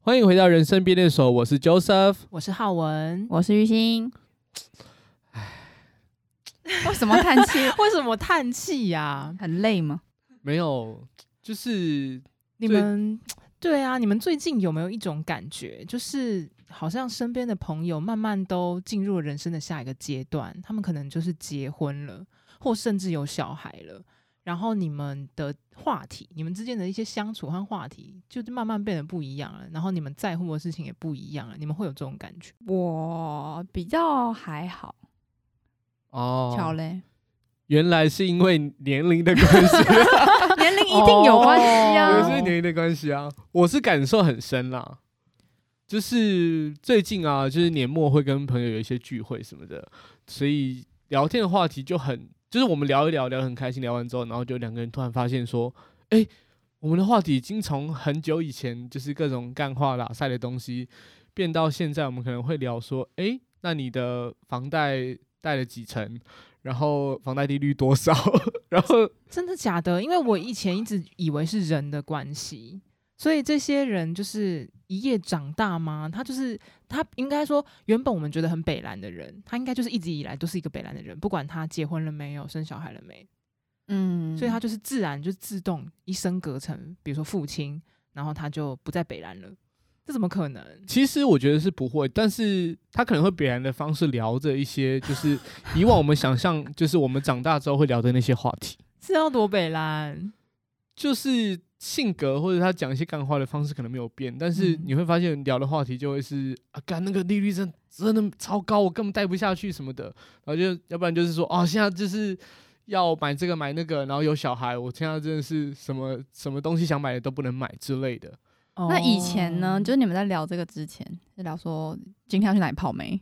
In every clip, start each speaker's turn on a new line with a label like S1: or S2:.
S1: 欢迎回到人生便利所，我是 Joseph。
S2: 我是浩文。
S3: 我是玉兴。为什么叹气？
S2: 为什么叹气呀、
S3: 很累吗？
S1: 没有，就是
S2: 你们对啊，你们最近有没有一种感觉，就是好像身边的朋友慢慢都进入了人生的下一个阶段，他们可能就是结婚了，或甚至有小孩了。然后你们的话题，你们之间的一些相处和话题，就是慢慢变得不一样了。然后你们在乎的事情也不一样了，你们会有这种感觉？
S3: 我比较还好，巧
S1: 哦，
S3: 嘞，
S1: 原来是因为年龄的关系，
S3: 年龄一定有关系
S1: 原来
S3: 啊。
S1: 是年龄的关系啊，我是感受很深啦。就是最近啊，就是年末会跟朋友有一些聚会什么的，所以聊天的话题就很，就是我们聊一聊，聊得很开心，聊完之后，然后就两个人突然发现说，哎、我们的话题已经从很久以前就是各种干话拉塞的东西，变到现在，我们可能会聊说，哎、那你的房贷贷了几成？然后房贷利率多少？ 然后
S2: 真的假的？因为我以前一直以为是人的关系，所以这些人就是一夜长大吗？他就是他应该说，原本我们觉得很北蓝的人，他应该就是一直以来都是一个北蓝的人，不管他结婚了没有，生小孩了没，
S3: 嗯，
S2: 所以他就是自然就自动一生隔层，比如说父亲，然后他就不在北蓝了，这怎么可能？
S1: 其实我觉得是不会，但是他可能会别然的方式聊着一些，就是以往我们想象，就是我们长大之后会聊的那些话题，
S2: 是要多北蓝？
S1: 就是性格或者他讲一些干话的方式可能没有变，但是
S2: 嗯
S1: 你会发现聊的话题就会是啊，干那个利率真真的超高，我根本贷不下去什么的，然后就要不然就是说啊，现在就是。要买这个买那个，然后有小孩，我现在真的是什么什么东西想买的都不能买之类的。
S2: 哦
S3: 那以前呢？就是你们在聊这个之前，在聊说今天要去哪里泡梅，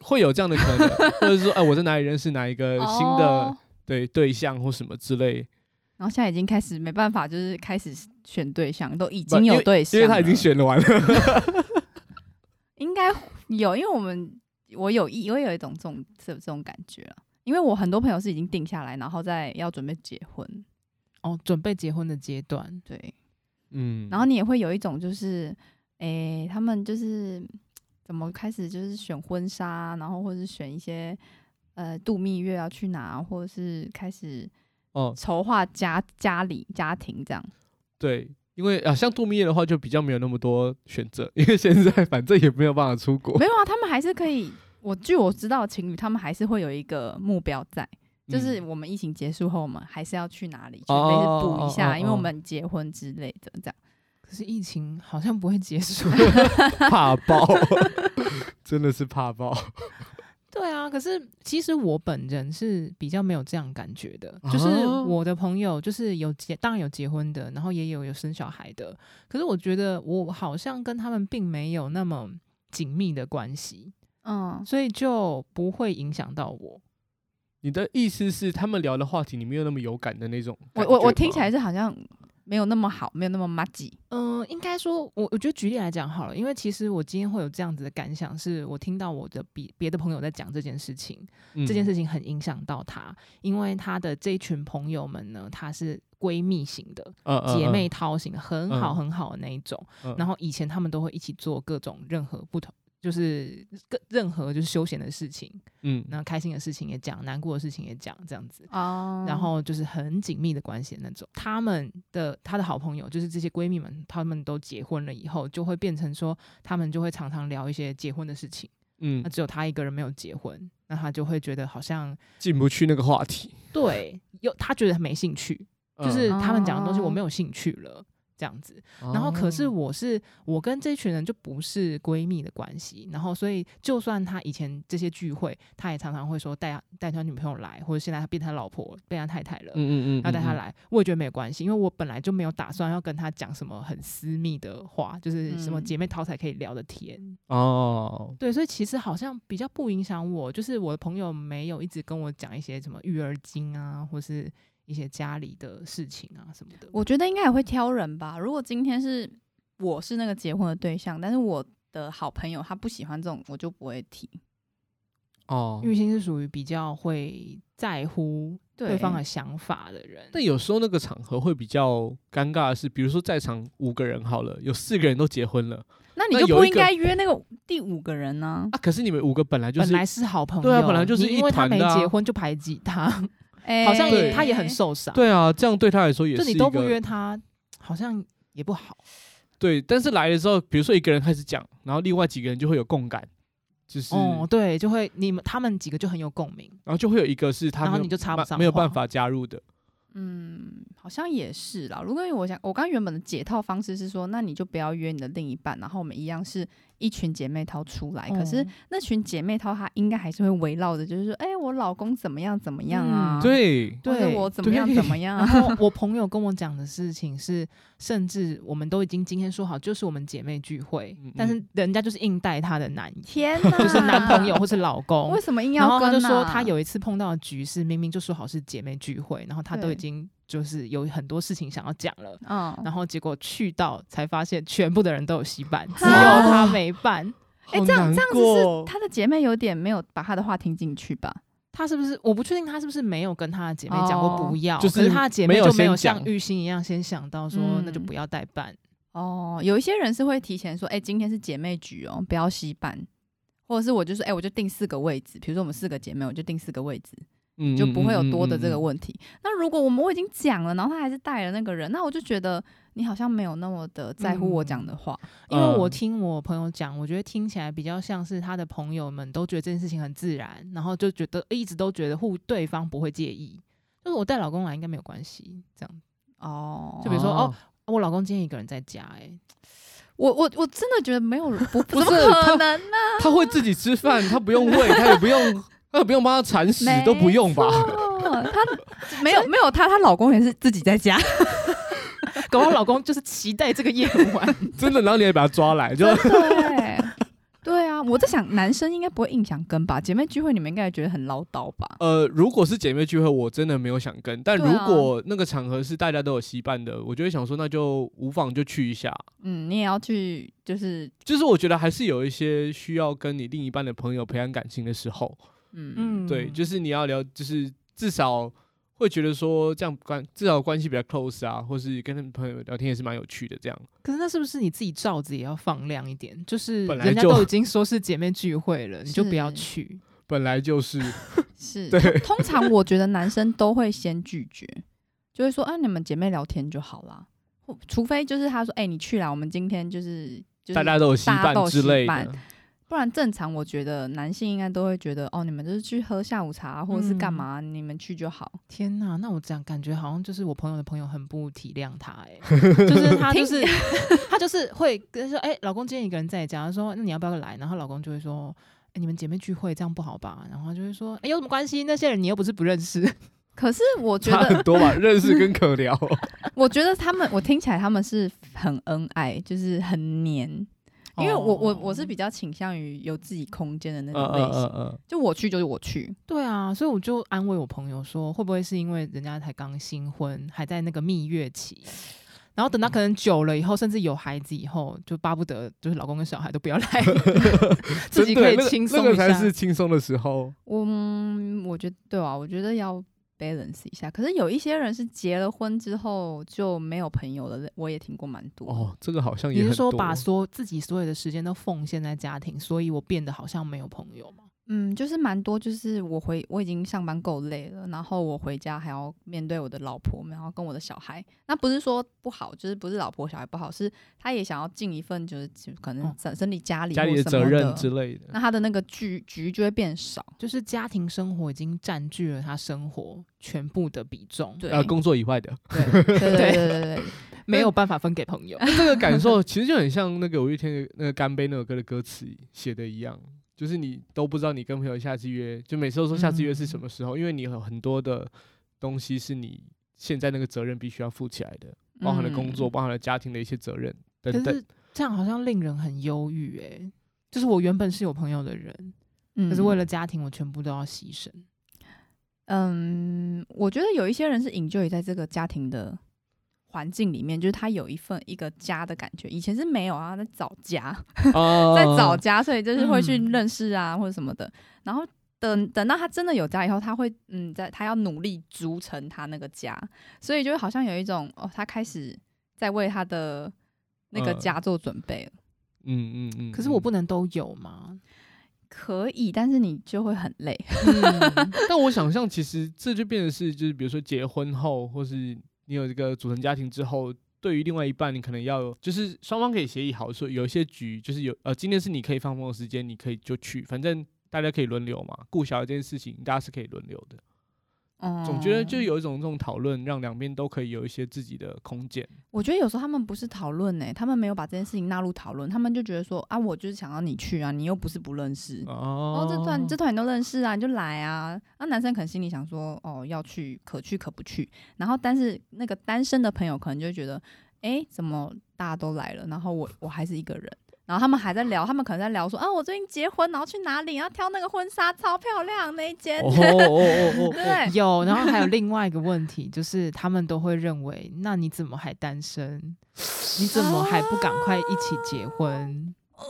S1: 会有这样的可能，或者是说，哎、我在哪里认识哪一个呃新的、
S3: 哦
S1: 对对象或什么之类，
S3: 然后现在已经开始没办法，就是开始选对象，都已
S1: 不
S3: 经有对象
S1: 因为，因为
S2: 啊
S1: 他已经
S3: 选，
S1: 选了完了。
S3: 应该有，因为我们我有一我有一种这种这这种感觉了，因为我很多朋友是已经定下来，然后再要准备结婚，
S2: 哦，准备结婚的阶段，
S3: 对，
S1: 嗯
S3: 然后你也会有一种就是，诶、他们就是怎么开始就是选婚纱，然后或者是选一些呃度蜜月要去哪，或者是开始
S1: 哦，
S3: 筹划家家里家庭这样。
S1: 对，因为啊，像度蜜月的话，就比较没有那么多选择，因为现 在反正也没有办法出国
S3: 没，有啊，他们还是可以。我据我知道的情侣，他们还是会有一个目标在，就是
S1: 嗯
S3: 我们疫情结束后，我们还是要去哪里去，
S1: 哦
S3: 类似补
S1: 哦
S3: 一下，
S1: 哦
S3: 因为
S1: 哦
S3: 我们结婚之类的这样。
S2: 可是疫情好像不会结束。
S1: 怕 爆，真的是怕爆。
S2: 对啊，可是其实我本人是比较没有这样感觉的，
S1: 啊
S2: 就是我的朋友就是有结，当然有结婚的，然后也有有生小孩的，可是我觉得我好像跟他们并没有那么紧密的关系，
S3: 嗯，
S2: 所以就不会影响到我。
S1: 你的意思是，他们聊的话题你没有那么有感的那种
S3: 我
S1: 感
S3: 我
S1: 觉
S3: 我听
S1: 吗
S3: 起来是好像没有那么好，没有那么麻吉。
S2: 嗯，应该说，我我觉得举例来讲好了，因为其实我今天会有这样子的感想，是我听到我的别别的朋友在讲这件事情，
S1: 嗯
S2: 这件事，情很影响到她，因为她的这一群朋友们呢，她是闺蜜型的，
S1: 嗯嗯嗯
S2: 姐妹掏型的，很好
S1: 嗯
S2: 很好的那一种。
S1: 嗯
S2: 然后以前他们都会一起做各种任何不同，就是各任何就是休闲的事情，
S1: 嗯
S2: 那开心的事情也讲，难过的事情也讲，这样子。
S3: 哦
S2: 然后就是很紧密的关系的那种。她们的她的好朋友，就是这些闺蜜们，她们都结婚了以后，就会变成说，她们就会常常聊一些结婚的事情。
S1: 嗯
S2: 那，只有她一个人没有结婚，那她就会觉得好像
S1: 进不去那个话题，
S2: 对，有他觉得没兴趣，就是
S1: 嗯
S2: 他们讲的东西我
S3: 哦
S2: 没有兴趣了。这样子，然后可是
S1: 哦
S2: 我是我跟这群人就不是闺蜜的关系，然后所以就算他以前这些聚会，他也常常会说带带他女朋友来，或者现在他变他老婆变他太太了，
S1: 嗯嗯嗯，
S2: 要带他
S1: 嗯，
S2: 来，我也觉得没有关系，因为我本来就没有打算要跟他讲什么很私密的话，就是什么
S3: 嗯
S2: 姐妹淘才可以聊的天，
S1: 哦，
S2: 对，所以其实好像比较不影响我，就是我的朋友没有一直跟我讲一些什么育儿经啊，或是一些家里的事情啊什么的。
S3: 我觉得应该也会挑人吧。如果今天是我是那个结婚的对象，但是我的好朋友他不喜欢这种，我就不会提。
S1: 哦，
S2: 玉兴是属于比较会在乎
S3: 对
S2: 对方的想法的人。
S1: 但有时候那个场合会比较尴尬的是，比如说在场五个人好了，有四个人都结婚了
S3: 那你
S1: 那
S3: 就
S1: 有
S3: 不
S1: 一
S3: 应
S1: 个
S3: 该约那个第五个人呢、
S1: 啊，可是你们五个本来就
S2: 本
S1: 是
S2: 来是好朋友，
S1: 对啊本来就是
S2: 你
S1: 一
S2: 因为他
S1: 团
S2: 没
S1: 的啊
S2: 结婚就排挤他，
S3: 哎
S2: 好像也
S1: 对
S2: 他也很受伤。
S1: 对啊，这样对他来说也
S2: 就是你
S1: 一
S2: 都不
S1: 个
S2: 约他，好像也不好。
S1: 对。但是来了之后，比如说一个人开始讲，然后另外几个人就会有共感，就是
S2: 哦，对，就会你们他们几个就很有共鸣，
S1: 然后就会有一个是他
S2: 然
S1: 没
S2: 后
S1: 有
S2: 你就插不
S1: 办
S2: 上
S1: 没有
S2: 话
S1: 办法加入的，
S3: 嗯，好像也是啦。如果我想，我刚原本的解套方式是说，那你就不要约你的另一半，然后我们一样是一群姐妹淘出
S1: 哎
S3: 来。可是
S2: 嗯
S3: 那群姐妹淘，她应该还是会围绕着，就是说，哎、我老公怎么样怎么样啊？
S2: 嗯
S1: 对
S3: 或者
S2: 对
S3: 我怎么样
S1: 对
S3: 怎么样
S2: 然
S3: 啊？
S2: 后我朋友跟我讲的事情是，甚至我们都已经今天说好，就是我们姐妹聚会，
S1: 嗯嗯
S2: 但是人家就是硬带她的男，
S3: 天哪，
S2: 就是男朋友或是老公
S3: 为。什么硬
S2: 然
S3: 要
S2: 后
S3: 跟、
S2: 他
S3: 啊？
S2: 就说，他有一次碰到的局是明明就说好是姐妹聚会，然后他都
S3: 对
S2: 已经就是有很多事情想要讲了，
S3: 嗯，
S2: 然后结果去到才发现全部的人都有戏办，只有
S3: 啊
S2: 他没办。
S3: 哎、
S1: 好
S3: 这样
S1: 难
S3: 这样子
S1: 过
S3: 是她的姐妹有点没有把她的话听进去吧？
S2: 他是不是我不确定他是不是没有跟他的姐妹讲过
S3: 哦
S2: 不要，
S1: 就
S2: 可
S1: 是
S2: 是他的姐妹
S1: 没有
S2: 就没有
S1: 先讲
S2: 像玉馨一样先想到说、
S3: 嗯
S2: 那就不要代办，
S3: 哦，有一些人是会提前说，哎、今天是姐妹局哦，不要惜办，或者是我就说，哎、我就定四个位置，比如说我们四个姐妹，我就定四个位置，
S1: 嗯
S3: 就不会有多的这个
S1: 问。
S3: 问题。那如果我们我已经讲了，然后他还是带了那个人，那我就觉得你好像没有那么的在乎我讲的话。
S2: 因为我
S1: 嗯
S2: 听我朋友讲，我觉得听起来比较像是他的朋友们都觉得这件事情很自然，然后就觉得一直都觉得互对方不会介意，就是我带老公来应该没有关系，这样
S3: 哦，
S2: 就比如说
S1: 哦
S2: 哦啊我老公今天一个人在家、欸，
S3: 我我我真的觉得没 有不
S1: 不
S3: 不
S1: 是
S3: 怎么可 能呢、
S1: 他会自己吃饭，他不用喂，他也不用，他也不用帮他铲屎，都不用吧？
S3: 哦， 她没有没有她，她老公也是自己在家。
S2: 哎，搞不好老公就是期待这个夜晚，
S1: 真的，然后你也把他抓来，就
S3: 对，对啊，我在想男生应该不会硬想跟吧？姐妹聚会你们应该也觉得很唠叨吧？
S1: 呃，如果是姐妹聚会，我真的没有想跟，但
S3: 对
S1: 如
S3: 啊
S1: 果那个场合是大家都有稀办的，我就会想说，那就无妨就去一下。
S3: 嗯，你也要去，就是
S1: 就是我觉得还是有一些需要跟你另一半的朋友培养感情的时候，
S3: 嗯
S2: 嗯，
S1: 对，就是你要聊，就是至少会觉得说这样关至少关系比较 close 啊，或是跟他们朋友聊天也是蛮有趣的这样。
S2: 可是那是不是你自己罩子也要放亮一点？就是
S1: 本来
S2: 人家
S1: 就
S2: 都已经说是姐妹聚会了，你就不要
S3: 是
S2: 去。
S1: 本来就是，
S3: 是
S1: 对
S3: 通通常我觉得男生都会先拒绝，就会说啊，你们姐妹聊天就好啦。或除非就是他说，哎、你去啦，我们今天就是就是
S1: 大家都有稀
S3: 大家都
S1: 办
S3: 有
S1: 之
S3: 稀
S1: 类
S3: 办
S1: 的。
S3: 不然正常，我觉得男性应该都会觉得哦，你们就是去喝下午
S1: 嗯
S3: 茶啊或者是干嘛，你们去就好。
S2: 天呐，那我这样感觉好像就是我朋友的朋友很不体谅他、哎，就是他就是 他就是会跟说，哎、老公今天一个人在家，他说那你要不要来？然后老公就会说。哎你们姐妹聚会这样不好吧？然后他就会说，哎、有什么关系？那些人你又不是不认识，
S3: 可是我觉
S1: 差
S3: 得
S1: 很多吧，认识跟可聊。
S3: 我觉得他们，我听起来他们是很恩爱，就是很黏。因为我我我是比较倾向于有自己空间的那种类型，
S1: 哦嗯
S3: 就我去就是我去，
S2: 对啊，所以我就安慰我朋友说，会不会是因为人家才刚新婚，还在那个蜜月期，然后等到
S1: 嗯
S2: 可能久了以后，甚至有孩子以后，就巴不得就是老公跟小孩都不要来， 自己
S1: 真的
S2: 可以
S1: 那个
S2: 轻
S1: 那
S2: 松
S1: 个
S2: 一
S1: 才
S2: 下。
S1: 是轻松的时候。
S3: 我嗯我觉得对啊，我觉得要 balance 一下。可是有一些人是结了婚之后就没有朋友了，我也听过蛮多。
S1: 哦，这个好像也
S2: 你
S1: 很
S2: 是说
S1: 多
S2: 把所自己所有的时间都奉献在家庭，所以我变得好像没有朋友吗？
S3: 嗯，就是蛮多，就是我回我已经上班够累了，然后我回家还要面对我的老婆，然后跟我的小孩。那不是说不好，就是不是老婆小孩不好，是他也想要尽一份，就是就可能
S2: 哦
S3: 整整理家里
S1: 家里
S3: 或
S1: 的
S3: 什
S1: 责
S3: 么
S1: 任之啊类的，
S2: 啊
S3: 那他的那个局局就会变少。
S2: 就是家庭生活已经占据了他生活全部的比重，
S3: 对，
S1: 呃，工作以外的
S3: 对对对对对对对，
S2: 没有办法分给朋友。
S1: 这个感受，其实就很像那个五月天的那个《干杯》那首歌的歌词写的一样，就是你都不知道你跟朋友下次约，就每次都说下次约是
S2: 嗯
S1: 什么时候，因为你有很多的东西是你现在那个责任必须要负起来的， 包含了工作，
S3: 嗯
S1: 包含了家庭的一些责任等
S2: 可
S1: 等
S2: 是。这样好像令人很忧郁诶。就是我原本是有朋友的人，可是为了家庭，我全部都要牺牲。
S3: 嗯，我觉得有一些人是 enjoy 在这个家庭的环境里面，就是他有一份一个家的感觉。以前是没有啊，在找家，
S1: 哦
S3: 在找家，所以就是会去
S2: 嗯
S3: 认识啊、或者什么的。然后等等到他真的有家以后，他会嗯，在他要努力筑成他那个家，所以就好像有一种哦，他开始在为他的那个
S1: 嗯
S3: 家做准备了。
S1: 嗯嗯嗯。
S2: 可是我
S1: 嗯
S2: 不能都有嘛。
S3: 可以，但是你就会很累。
S2: 嗯
S1: 但我想象，其实这就变成是，就是比如说结婚后，或是你有一个组成家庭之后，对于另外一半，你可能要有就是双方可以协议好，说有一些局就是有呃，今天是你可以放风的时间，你可以就去，反正大家可以轮流嘛。顾小孩这件事情，大家是可以轮流的。
S3: 嗯，
S1: 总觉得就有一种这种讨论，让两边都可以有一些自己的空间。
S3: 我觉得有时候他们不是讨论呢，他们没有把这件事情纳入讨论，他们就觉得说啊，我就是想要你去啊，你又不是不认识。
S1: 哦
S3: 哦，这团 这团你都认识啊，你就来啊。那男生可能心里想说，哦，要去可去可不去。然后，但是那个单身的朋友可能就会觉得，诶，怎么大家都来了，然后我我还是一个人。然后他们还在聊，他们可能在聊说啊，我最近结婚，然后去哪里，然后挑那个婚纱超漂亮那一间，
S1: 哦 哦哦哦，
S3: 对不对？
S2: 有，然后还有另外一个问题，就是他们都会认为，那你怎么还单身？你怎么还不赶快一起结婚？
S3: 呃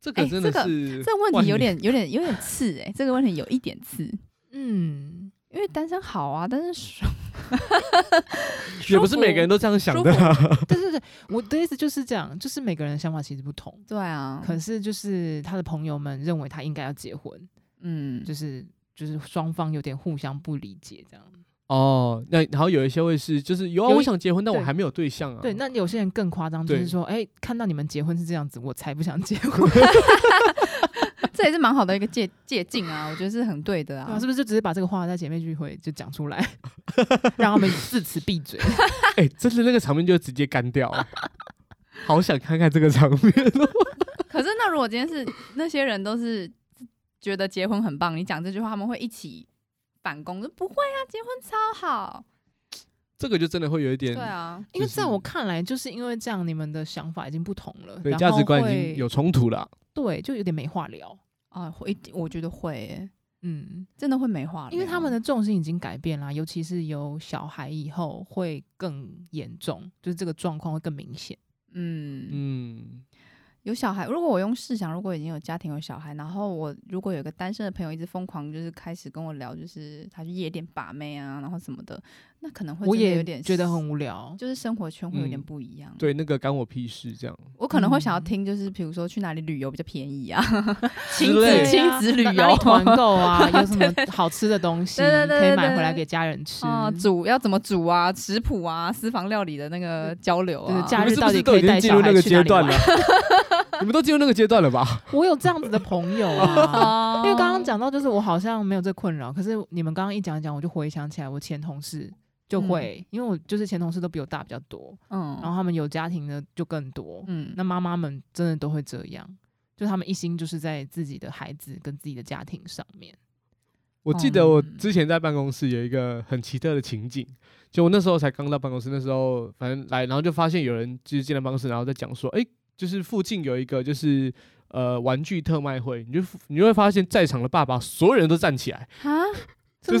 S1: 这个
S3: 哎
S1: 真的
S3: 这个
S1: 是
S3: 这个问
S1: 万
S3: 题有点有点有点刺诶，这个问题有一点刺，
S2: 嗯，
S3: 因为单身好啊，但是爽
S1: 也不是每个人都这样想的啦。
S2: 对对对，我的意思就是这样，就是每个人的想法其实不同，
S3: 对啊，
S2: 可是就是他的朋友们认为他应该要结婚，
S3: 嗯，
S2: 就是就是双方有点互相不理解这样。
S1: 哦，那然后有一些会是，就是有啊，
S2: 有一
S1: 我想结婚，但我
S2: 对
S1: 还没有对象啊。
S2: 对，那有些人更夸张，就
S1: 对
S2: 是说，哎、看到你们结婚是这样子，我才不想结婚，
S3: 这也是蛮好的一个借借镜啊，我觉得是很对的
S2: 对啊
S3: 啊
S2: 是。不是就直接把这个话在姐妹聚会就讲出来， 让他们自此闭嘴？
S1: 哎、真的那个场面就直接干掉了， 好想看看这个场面哦。
S3: 可是那如果今天是那些人都是觉得结婚很棒，你讲这句话他们会一起反攻，说不会啊，结婚超好。这
S1: 这个就真的会有一点
S3: 对，啊，
S2: 因为在
S1: 就是
S2: 我看来，就是因为这样，你们的想法已经不同了，
S1: 对
S2: 然
S1: 价
S2: 后
S1: 值观已
S2: 会
S1: 经有冲突了。
S2: 对，就有点没话聊。
S3: 啊会，我觉得会耶、
S2: 嗯，
S3: 真的会没话聊
S2: 因为他们的重心已经改变啦，尤其是有小孩以后会更严重，就是这个状况会更明显。
S3: 嗯
S1: 嗯，
S3: 有小孩，如果我用试想，如果已经有家庭有小孩，然后我如果有个单身的朋友一直疯狂，就是开始跟我聊，就是他去夜店把妹啊，然后什么的，那可能会
S2: 我
S3: 真的
S2: 也
S3: 有点
S2: 觉得很无聊，
S3: 就是生活圈会有点
S1: 嗯
S3: 不一样。
S1: 对，那个干我屁事这样。
S3: 我可能会想要
S2: 嗯
S3: 听，就是比如说去哪里旅游比较便宜啊，
S1: 之
S3: 亲
S1: 类
S3: 子
S1: 的
S3: 亲子旅
S2: 哪哪里
S3: 游
S2: 团购啊， 有什么好吃的东西
S3: 对对对
S2: 可以
S3: 对
S2: 买
S3: 对
S2: 回来给家人吃。
S3: 啊，煮要怎么煮啊，食谱啊，私房料理的那个交流
S2: 就
S3: 啊
S2: 是，假
S1: 你们
S2: 日
S1: 是不
S2: 到
S1: 是
S2: 底
S1: 都已
S2: 可以
S1: 经
S2: 带
S1: 进
S2: 小
S1: 入那
S2: 孩
S1: 个
S2: 去
S1: 阶
S2: 哪里
S1: 段了
S2: 玩？？
S1: 你们都进入那个阶段了吧？
S2: 我有这样子的朋友 啊。
S3: 啊
S2: 因为刚刚讲到，就是我好像没有这困扰，可是你们刚刚一讲一讲，我就回想起来，我前同事就会，因为我就是前同事都比我大比较多，然
S1: 哦
S3: 嗯
S2: 后他们有家庭的就更多，
S3: 嗯，
S2: 那妈妈们真的都会这样，就他们一心就是在自己的孩子跟自己的家庭上面。
S1: 我记得我
S3: 嗯
S1: 之前在办公室有一个很奇特的情景，就我那时候才刚到办公室，那时候反正来，然后就发现有人就是进来办公室，然后在讲说，哎、就是附近有一个就是呃玩具特卖会，你就你就会发现在场的爸爸所有人都站起来，
S3: 啊，
S2: 真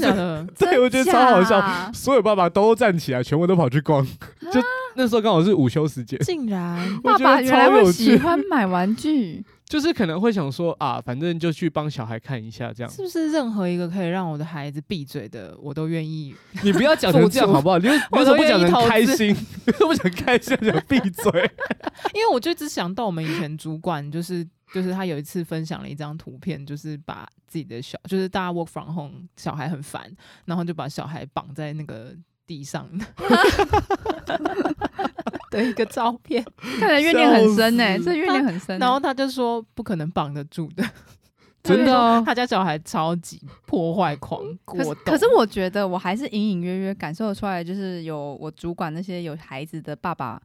S1: 就是
S2: 的假的？
S1: 对我觉得
S3: 真
S1: 超好笑，
S3: 假
S1: 所有爸爸都站起来，全部都跑去逛，就那时候刚好是午休时间，
S2: 竟然
S1: 我
S3: 爸
S1: 觉得
S3: 爸原来
S1: 超有
S3: 会喜
S1: 趣，
S3: 欢买 玩具，
S1: 就是可能会想说啊，反正就去帮小孩看一下这样，
S2: 是不是任何一个可以让我的孩子闭嘴的，我都愿意？
S1: 你不要讲成这样
S2: 付出
S1: 好不好？你为你为
S2: 我
S1: 什么不
S2: 都
S1: 讲
S2: 愿意
S1: 成
S2: 投
S1: 开
S2: 资
S1: 心？你为 什么不讲开心？讲闭嘴。
S2: 因为我就只想到我们以前主管，就是就是他有一次分享了一张图片，就是把自己的小，就是大家 work from home，小孩很烦，然后就把小孩绑在那个地上 的一个照片，
S3: 看来怨念很
S1: 笑
S3: 深呢，
S1: 死
S3: 这怨念很深欸。
S2: 然后他就说不可能绑得住 的，
S1: 真的啊
S2: 他家小孩超级破坏狂，
S3: 哦可是
S2: 过动
S3: 可是我觉得我还是隐隐约约感受得出来，就是有我主管那些有孩子的爸爸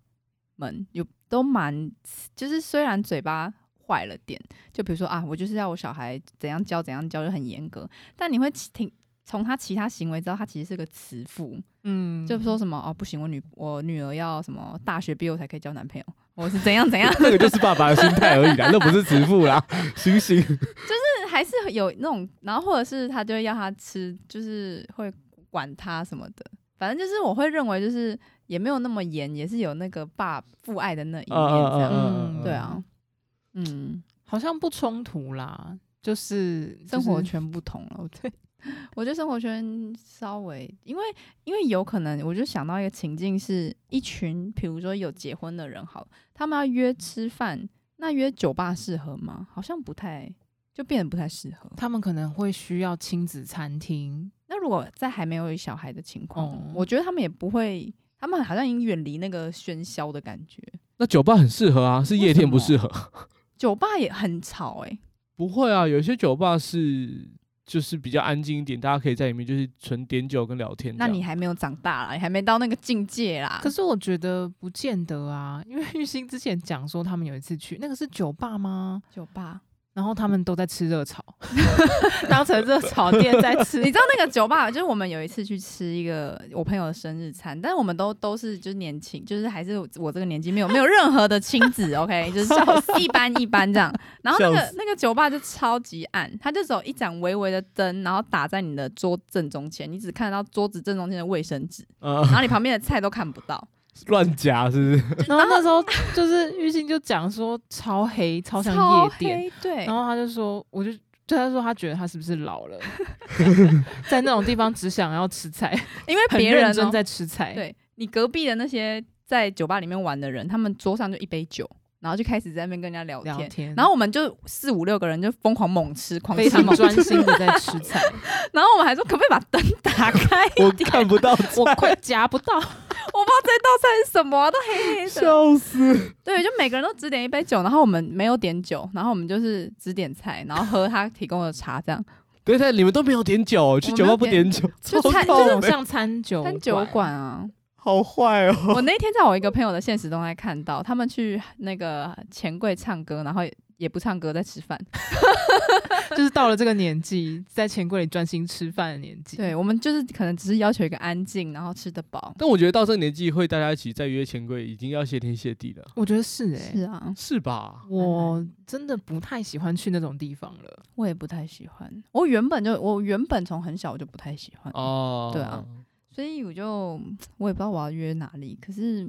S3: 们，有都蛮，就是虽然嘴巴坏了点，就比如说啊，我就是要我小孩怎样教怎样教，就很严格，但你会其听。从他其他行为知道，他其实是个慈父，
S2: 嗯，
S3: 就说什么哦，不行，我女我女儿要什么大学毕业我才可以交男朋友，我是怎样怎样，
S1: 那个就是爸爸的心态而已啦，那不是慈父 啦，醒醒。
S3: 还是有那种，然后或者是他就会要他吃，就是会管他什么的。反正就是我会认为，就是也没有那么严，也是有那个爸父
S1: 啊
S3: 爱的那一面这
S2: 嗯
S3: 样。啊
S2: 嗯嗯嗯
S3: 对啊，嗯，
S2: 好像不冲突啦，就是
S3: 生活
S2: 就是
S3: 圈不同了。我对，我觉得 生活圈稍微，因为因为有可能，我就想到一个情境是，一群比如说有结婚的人好了，他们要约吃饭，那约酒吧适合吗？好像不太，就变得不太适合。
S2: 他们可能会需要亲子餐厅，
S3: 那如果在还没有小孩的情况呢，
S2: 哦
S3: 我觉得他们也不会，他们好像已经远离那个喧嚣的感觉。
S1: 那酒吧很适合啊，是夜店不
S3: 为什
S1: 适
S3: 么
S1: 合。
S3: 酒吧也很吵哎、
S1: 不会啊，有些酒吧是就是比较安静一点，大家可以在里面就是纯点酒跟聊天这
S3: 那
S1: 样。
S3: 你还没有长大啦，你还没到那个境界啦。
S2: 哦可是我觉得不见得啊，因为玉兴之前讲说他们有一次去那个是酒吧吗？
S3: 酒吧，
S2: 然后他们都在吃热炒， 当成热炒店在吃
S3: 你。知道那个酒吧，就是我们有一次去吃一个我朋友的生日餐，但是我们都都是就是年轻，就是还是我这个年纪，没有没有任何的亲子 ，OK，就是笑死一般一般这样。然后那
S1: 笑
S3: 个那个酒吧就超级暗，它就只有一盏微微的灯，然后打在你的桌正中间，你只看得到桌子正中间的卫生纸，
S1: 呃
S3: 然后你旁边的菜都看不到，
S1: 乱夹是 不是？
S2: 然后那时候就是玉兴就讲说超黑，超像夜店。哦
S3: 黑，对
S2: 然，后他就说，我就就他说他觉得他是不是老 了，在那种地方只想要吃菜，
S3: 因为
S2: 很
S3: 别
S2: 认
S3: 人
S2: 真
S3: 哦
S2: 在吃菜。，
S3: 对你隔壁的那些在酒吧里面玩的人，他们桌上就一杯酒，然后就开始在那边跟人家聊
S2: 聊
S3: 天。
S2: 天，
S3: 然后我们就四五六个人就疯狂猛吃，狂
S2: 非
S3: 吃
S2: 常
S3: 猛吃。
S2: 专心的在吃菜，
S3: 然后我们还说可不可以把灯打开？
S1: 我看不 到菜，
S2: 我快夹不到。
S3: 我不知道这道菜是什么啊、都黑黑的。
S1: 笑死！
S3: 对，就每个人都只点一杯酒，然后我们没有点酒，然后我们就是只点菜，然后喝他提供的茶，这样。
S1: 等一下，你们都没有点酒，去
S3: 我
S1: 酒
S3: 没
S1: 吧
S3: 有
S1: 不
S3: 点
S1: 点酒，
S3: 就
S1: 超
S3: 菜
S1: 靠
S2: 这种
S1: 北
S2: 像餐酒
S3: 但酒馆啊，
S1: 好坏哦。
S3: 我那天在我一个朋友的现实中态看到，他们去那个钱柜唱歌，然后也也不唱歌，在 吃饭。
S2: 就是到了这个年纪，在钱柜里专心吃饭的年纪。
S3: 对，我们就是可能只是要求一个安静，然后吃得饱。
S1: 但我觉得到这个年纪会大家一起再约钱柜，已经要谢天谢地了，
S2: 我觉得是哎、
S3: 是啊，
S1: 是吧？
S2: 我真的不太喜欢去那种地方了。
S3: 我也不太喜欢。我原本就我原本从很小我就不太喜欢，
S1: 哦，
S3: 嗯对啊，所以我就我也不知道我要约哪里。可是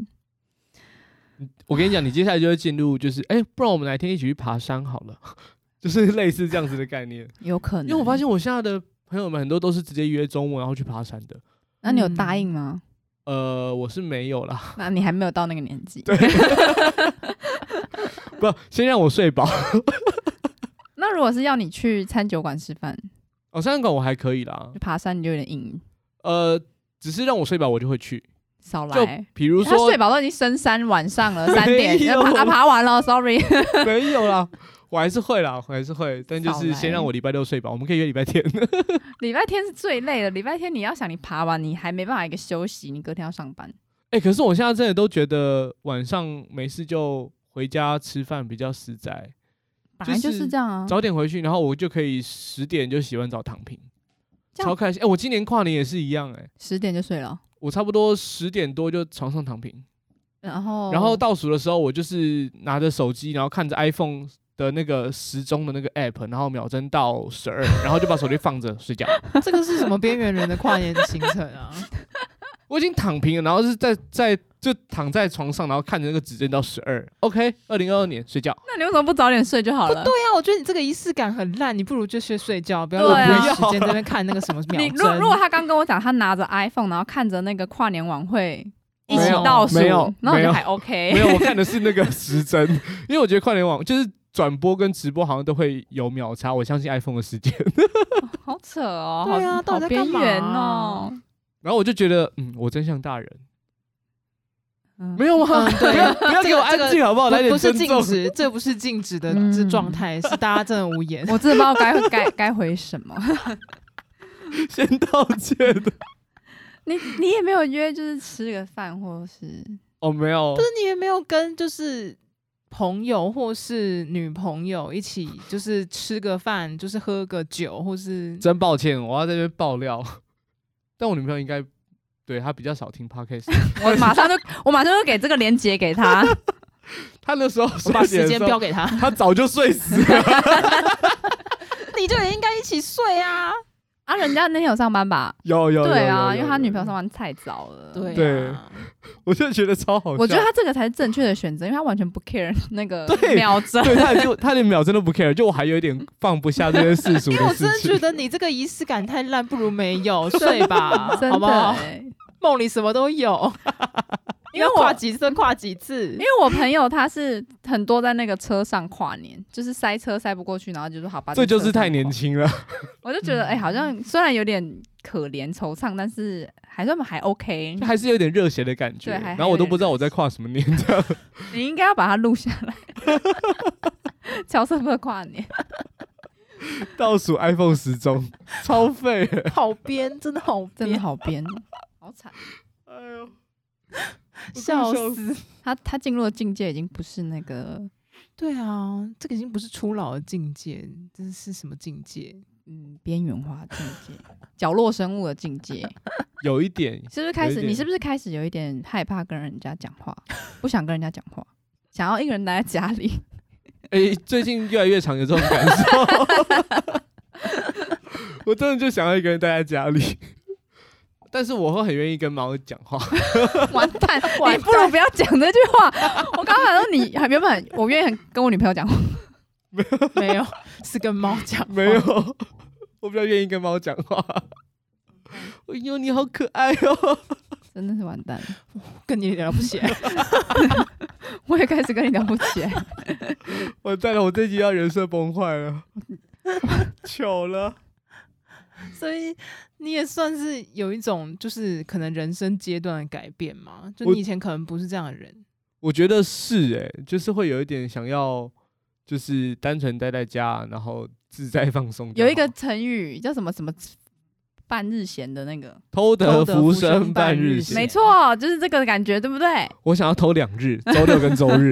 S1: 我跟你讲，你接下来就会进入就是，哎、不然我们哪天一起去爬山好了， 就是类似这样子的概念。
S3: 有可能，
S1: 因为我发现我现在的朋友们很多都是直接约中午然后去爬山的，
S3: 那你有答
S1: 嗯
S3: 应吗？
S1: 呃，我是没有啦，
S3: 那你还没有到那个年纪。
S1: 不，先让我睡饱。
S3: 那如果是要你去餐酒馆吃饭，
S1: 哦，山上馆我还可以啦
S3: 就，爬山，你就有点硬，
S1: 呃，只是让我睡饱我就会去。
S3: 少
S1: 就
S3: 来。
S1: 比如
S3: 他
S1: 说哎
S3: 睡饱都已经深山晚上了，三点
S1: 没有
S3: 爬、啊、爬完了，sorry。
S1: 没有啦，我还是会啦，我还是会，但就
S3: 少
S1: 是先
S3: 来
S1: 让我礼拜六睡饱，我们可以约礼拜 天。
S3: 礼拜天是最累的，礼拜天你要想你爬完，你还没办法一个休息，你隔天要上班。
S1: 哎、可是我现在真的都觉得晚上没事就回家吃饭比较实在，
S3: 本来就
S1: 就是
S3: 是这样啊，
S1: 早点回去，然后我就可以十点就洗完澡躺平，
S3: 这样
S1: 超开心。哎、我今年跨年也是一样、哎，
S3: 十点就睡了，
S1: 我差不多十点多就床上躺平，
S3: 然后
S1: 然后倒数的时候，我就是拿着手机，然后看着 iPhone 的那个时钟的那个 app，然后秒针到十二，然后就把手机放着睡觉。
S2: 这个是什么边缘人的跨年行程 啊？
S1: 我已经躺平了，然后是在在就躺在床上，然后看着那个指针到十二。OK，二零二二年睡觉。
S3: 那你为什么不啊早点睡就好了？
S2: 对啊呀、我觉得你这个仪式感很烂，你不如就去睡觉，不要
S3: 对啊
S2: 浪费时间在那边看那个什么秒
S3: 你
S2: 针。
S3: 如如果他刚跟我讲，他拿着 iPhone，然后看着那个跨年晚会一
S2: 没
S3: 起
S2: 有
S3: 倒数，
S1: 没有
S3: 然后我
S1: 没有
S3: 就还
S1: 没
S2: 哎
S3: OK。
S1: 有，我看的是那个时针， 因为我觉得跨联网就是转播跟直播好像都会有秒差，我相信 iPhone 的时间。
S3: 好扯哦，
S2: 对啊
S3: 好
S2: 到底在
S3: 好边
S2: 干嘛啊
S3: 缘哦。
S1: 然后我就觉得，嗯，我真像大人，
S3: 嗯
S1: 没有吗？
S2: 嗯对
S1: 不要不要给我
S2: 这个
S1: 安静好不好？来
S2: 不
S1: 点
S2: 不是
S1: 尊
S2: 静
S1: 重。
S2: 止，这不是静止的
S3: 嗯
S2: 这状态，是大家真的无 言。
S3: 我真的不知道该该该回什么。
S1: 先道歉 的。
S3: 你你也没有约，就是吃个饭，或 者是
S1: 哦，没有
S2: 不，是你也没有跟就是朋友或是女朋友一起，就是吃个饭，就是喝个酒，或是
S1: 真抱歉，我要在这边爆料。 但我女朋友应该对她比较少听 podcast，
S3: 我马上就我马上就给这个链接给他。
S1: 她那时候
S2: 我把时间标
S1: 标，
S2: 给他，
S1: 她早就睡死了。
S2: 你就也应该一起睡啊。
S3: 啊，人家那天有上班吧？
S1: 有有
S3: 对
S1: 有
S3: 啊，
S1: 有
S3: 因为
S1: 有
S3: 他
S1: 有
S3: 女朋友上班太早了。
S1: 对
S2: 啊
S1: 我就觉得超好笑。
S3: 我觉得他这个才是正确的选择，因为他完全不 care 那个
S1: 对
S3: 秒针。
S1: 对他就他连秒针都不 care，就我还有一点放不下这些世俗
S2: 因为我
S1: 的事
S2: 真的
S1: 情
S2: 觉。得你这个仪式感太烂，不如没 有，睡吧，
S3: 真
S2: 好不
S3: 的
S2: 好？
S3: 欸，
S2: 梦里什么都有，
S3: 因为
S2: 要
S3: 我
S2: 跨几次就跨几次
S3: 因，为我朋友他是很多在那个车上跨年，就是塞车塞不过去，然后就说好吧，
S1: 这
S3: 在车
S1: 就
S3: 上
S1: 是太年
S3: 跨。
S1: 轻嗯了，
S3: 我就觉得哎、好像虽然有点可怜惆怅，但是还算还 OK
S1: 就。还是有点热血的感觉。
S3: 对还
S1: 然后我都不知道我在跨什么年代。
S3: 你应该要把它录下来。 乔瑟夫的跨年，
S1: 倒数 iPhone 时钟，超废。
S2: 好编，真的好
S3: 真的
S2: 编，
S3: 好编，好惨。
S1: 哎呦，
S2: 笑
S1: 笑
S2: 死。
S3: 他他进入的境界已经不是那个
S2: 对啊，这个已经不是初老的境界，这是什么境 界？
S3: 嗯边缘化的境界，角落生物的境界，
S1: 有一点
S3: 是不是开
S1: 有
S3: 始？
S1: 一点
S3: 你是不是开始有一点害怕跟人家讲话，不想跟人家讲话，想要一个人待在家里？
S1: 哎、最近越来越常有这种感受。 我真的就想要一个人待在家里，但是我会很愿意跟猫讲话。
S3: 完蛋，
S2: 完
S3: 你不如不要讲这句话。我刚刚想说你很原本很我愿意很跟我女朋友讲话，
S2: 没有，是跟猫讲 话
S1: 没有，我比较愿意跟猫讲话。哎
S2: 嗯
S1: 呦，你好可爱哦！
S3: 真的是完蛋了，
S2: 跟你聊不起来。
S3: 我也开始跟你聊不起来。
S1: 完蛋了，我这集要人设崩坏了， 糗了。
S2: 所以你也算是有一种，就是可能人生阶段的改变嘛。就
S1: 我
S2: 你以前可能不是这样的人，
S1: 我觉得是哎、就是会有一点想要，就是单纯待在家，然后自在放松就好。
S3: 有一个成语叫什么什么半日闲的那个，
S1: 偷得
S2: 偷得
S1: 浮
S2: 浮
S1: 生
S2: 生
S1: 半
S2: 半
S1: 日
S2: 日
S1: 闲，
S2: 闲
S3: 没错，就是这个感觉，对不对？
S1: 我想要偷两日，周六跟周 日。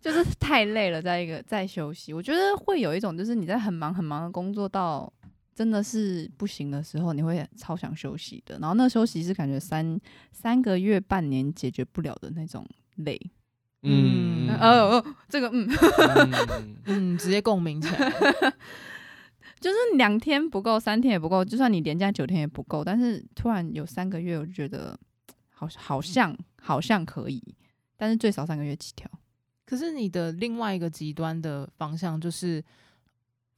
S3: 就是太累了，在一个在休息，我觉得会有一种就是你在很忙很忙的工作到真的是不行的时候，你会超想休息的。然后那个休息是感觉三三个月、半年解决不了的那种累。
S1: 嗯，
S2: 嗯
S3: 呃、哦，这个嗯，
S1: 嗯
S2: 嗯，直接共鸣起来。
S3: 就是两天不够，三天也不够，就算你连假九天也不够，但是突然有三个月，我就觉得好好像好像可以，但是最少三个月起跳。
S2: 可是你的另外一个极端的方向就是。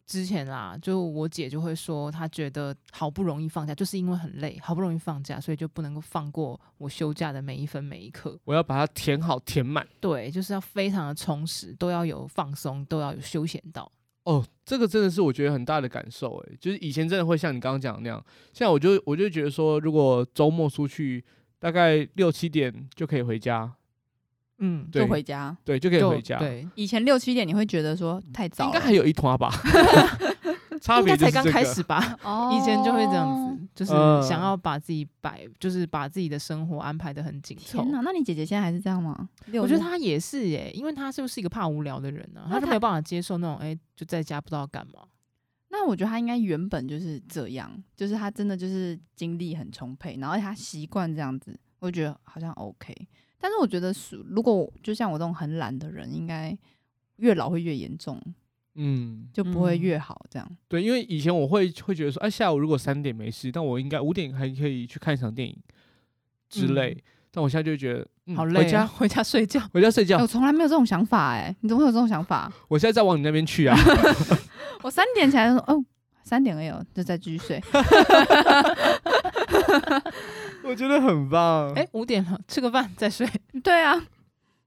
S2: 之前啦，就我姐就会说，她觉得好不容易放假，就是因为很累，好不容易放假，所以就不能够放过我休假的每一分每一刻。
S1: 我要把它填好填满。
S2: 对，就是要非常的充实，都要有放松，都要有休闲到。
S1: 哦，这个真的是我觉得很大的感受诶，就是以前真的会像你刚刚讲的那样，现在我就我就觉得说，如果周末出去，大概六七点就可以回家，
S2: 嗯，
S1: 对
S3: 就回家。
S1: 对，就可以
S2: 就
S1: 回家。
S2: 对，
S3: 以前六七点你会觉得说太早
S1: 应
S3: 了，
S1: 该还有一团 吧，差
S2: 应
S1: 别
S2: 该
S1: 就
S2: 才
S1: 是
S2: 刚
S1: 这
S2: 开
S1: 个。
S2: 始 吧。
S3: 哦
S2: 以前就会这样子，就是
S1: 嗯
S2: 想要把自己摆，就是把自己的生活安排的很紧凑
S3: 天。哪，那你姐姐现在还是这样吗？
S2: 我觉得她也是耶、因为她就是一个怕无聊的人啊，
S3: 那
S2: 她就
S3: 她
S2: 没有办法接受那种哎、就在家不知道干嘛。
S3: 那我觉得她应该原本就是这样，就是她真的就是精力很充沛，然后她习惯这样子，我觉得好像 OK。但是我觉得是，如果我就像我这种很懒的人，应该越老会越严重，
S1: 嗯，
S3: 就不会
S2: 嗯
S3: 越好这样。
S1: 对，因为以前我会会觉得说，哎、下午如果三点没事，但我应该五点还可以去看一场电影之类。但我现在就会觉得、嗯
S2: 嗯好累、啊，哦
S1: 回家
S2: 回家睡觉。
S1: 回家睡觉
S3: 哎我。从来没有这种想法哎、你怎么会有这种想法？
S1: 我现在再往你那边 去啊，
S3: 我三点起来就说哦，三点而已哦，就再继续睡。
S1: 我觉得很棒。
S2: 哎、五点了，吃个饭再睡。
S3: 对啊，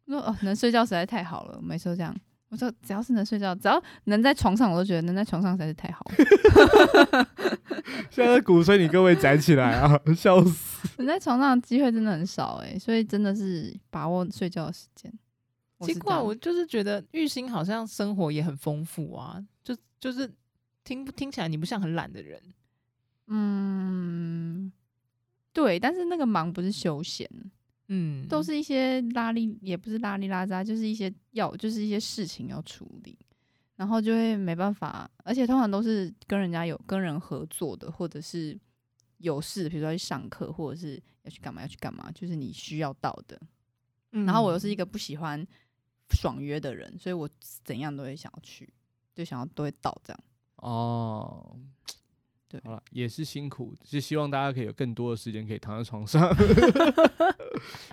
S3: 我说哦，能睡觉实在太好了，每次都这样。我说只要是能睡觉，只要能在床上，我都觉得能在床上实在是太好了。
S1: 现在鼓吹你各位宅起来啊， 笑死！
S3: 能在床上的机会真的很少哎、所以真的是把握睡觉的时间。我
S2: 奇
S3: 是这
S2: 怪，
S3: 样
S2: 我就是觉得玉兴好像生活也很丰富啊，就就是听听起来你不像很懒的人。
S3: 嗯，对，但是那个忙不是休闲，
S2: 嗯，
S3: 都是一些拉力，也不是拉力拉扎，就是一些要，就是一些事情要处理，然后就会没办法，而且通常都是跟人家有跟人合作的，或者是有事，比如说要去上课，或者是要去干嘛要去干嘛，就是你需要到的。
S2: 嗯，
S3: 然后我又是一个不喜欢爽约的人，所以我怎样都会想要去，就想要都会到这样。
S1: 哦，
S3: 对
S1: 好了，也是辛苦，是希望大家可以有更多的时间可以躺在床 上。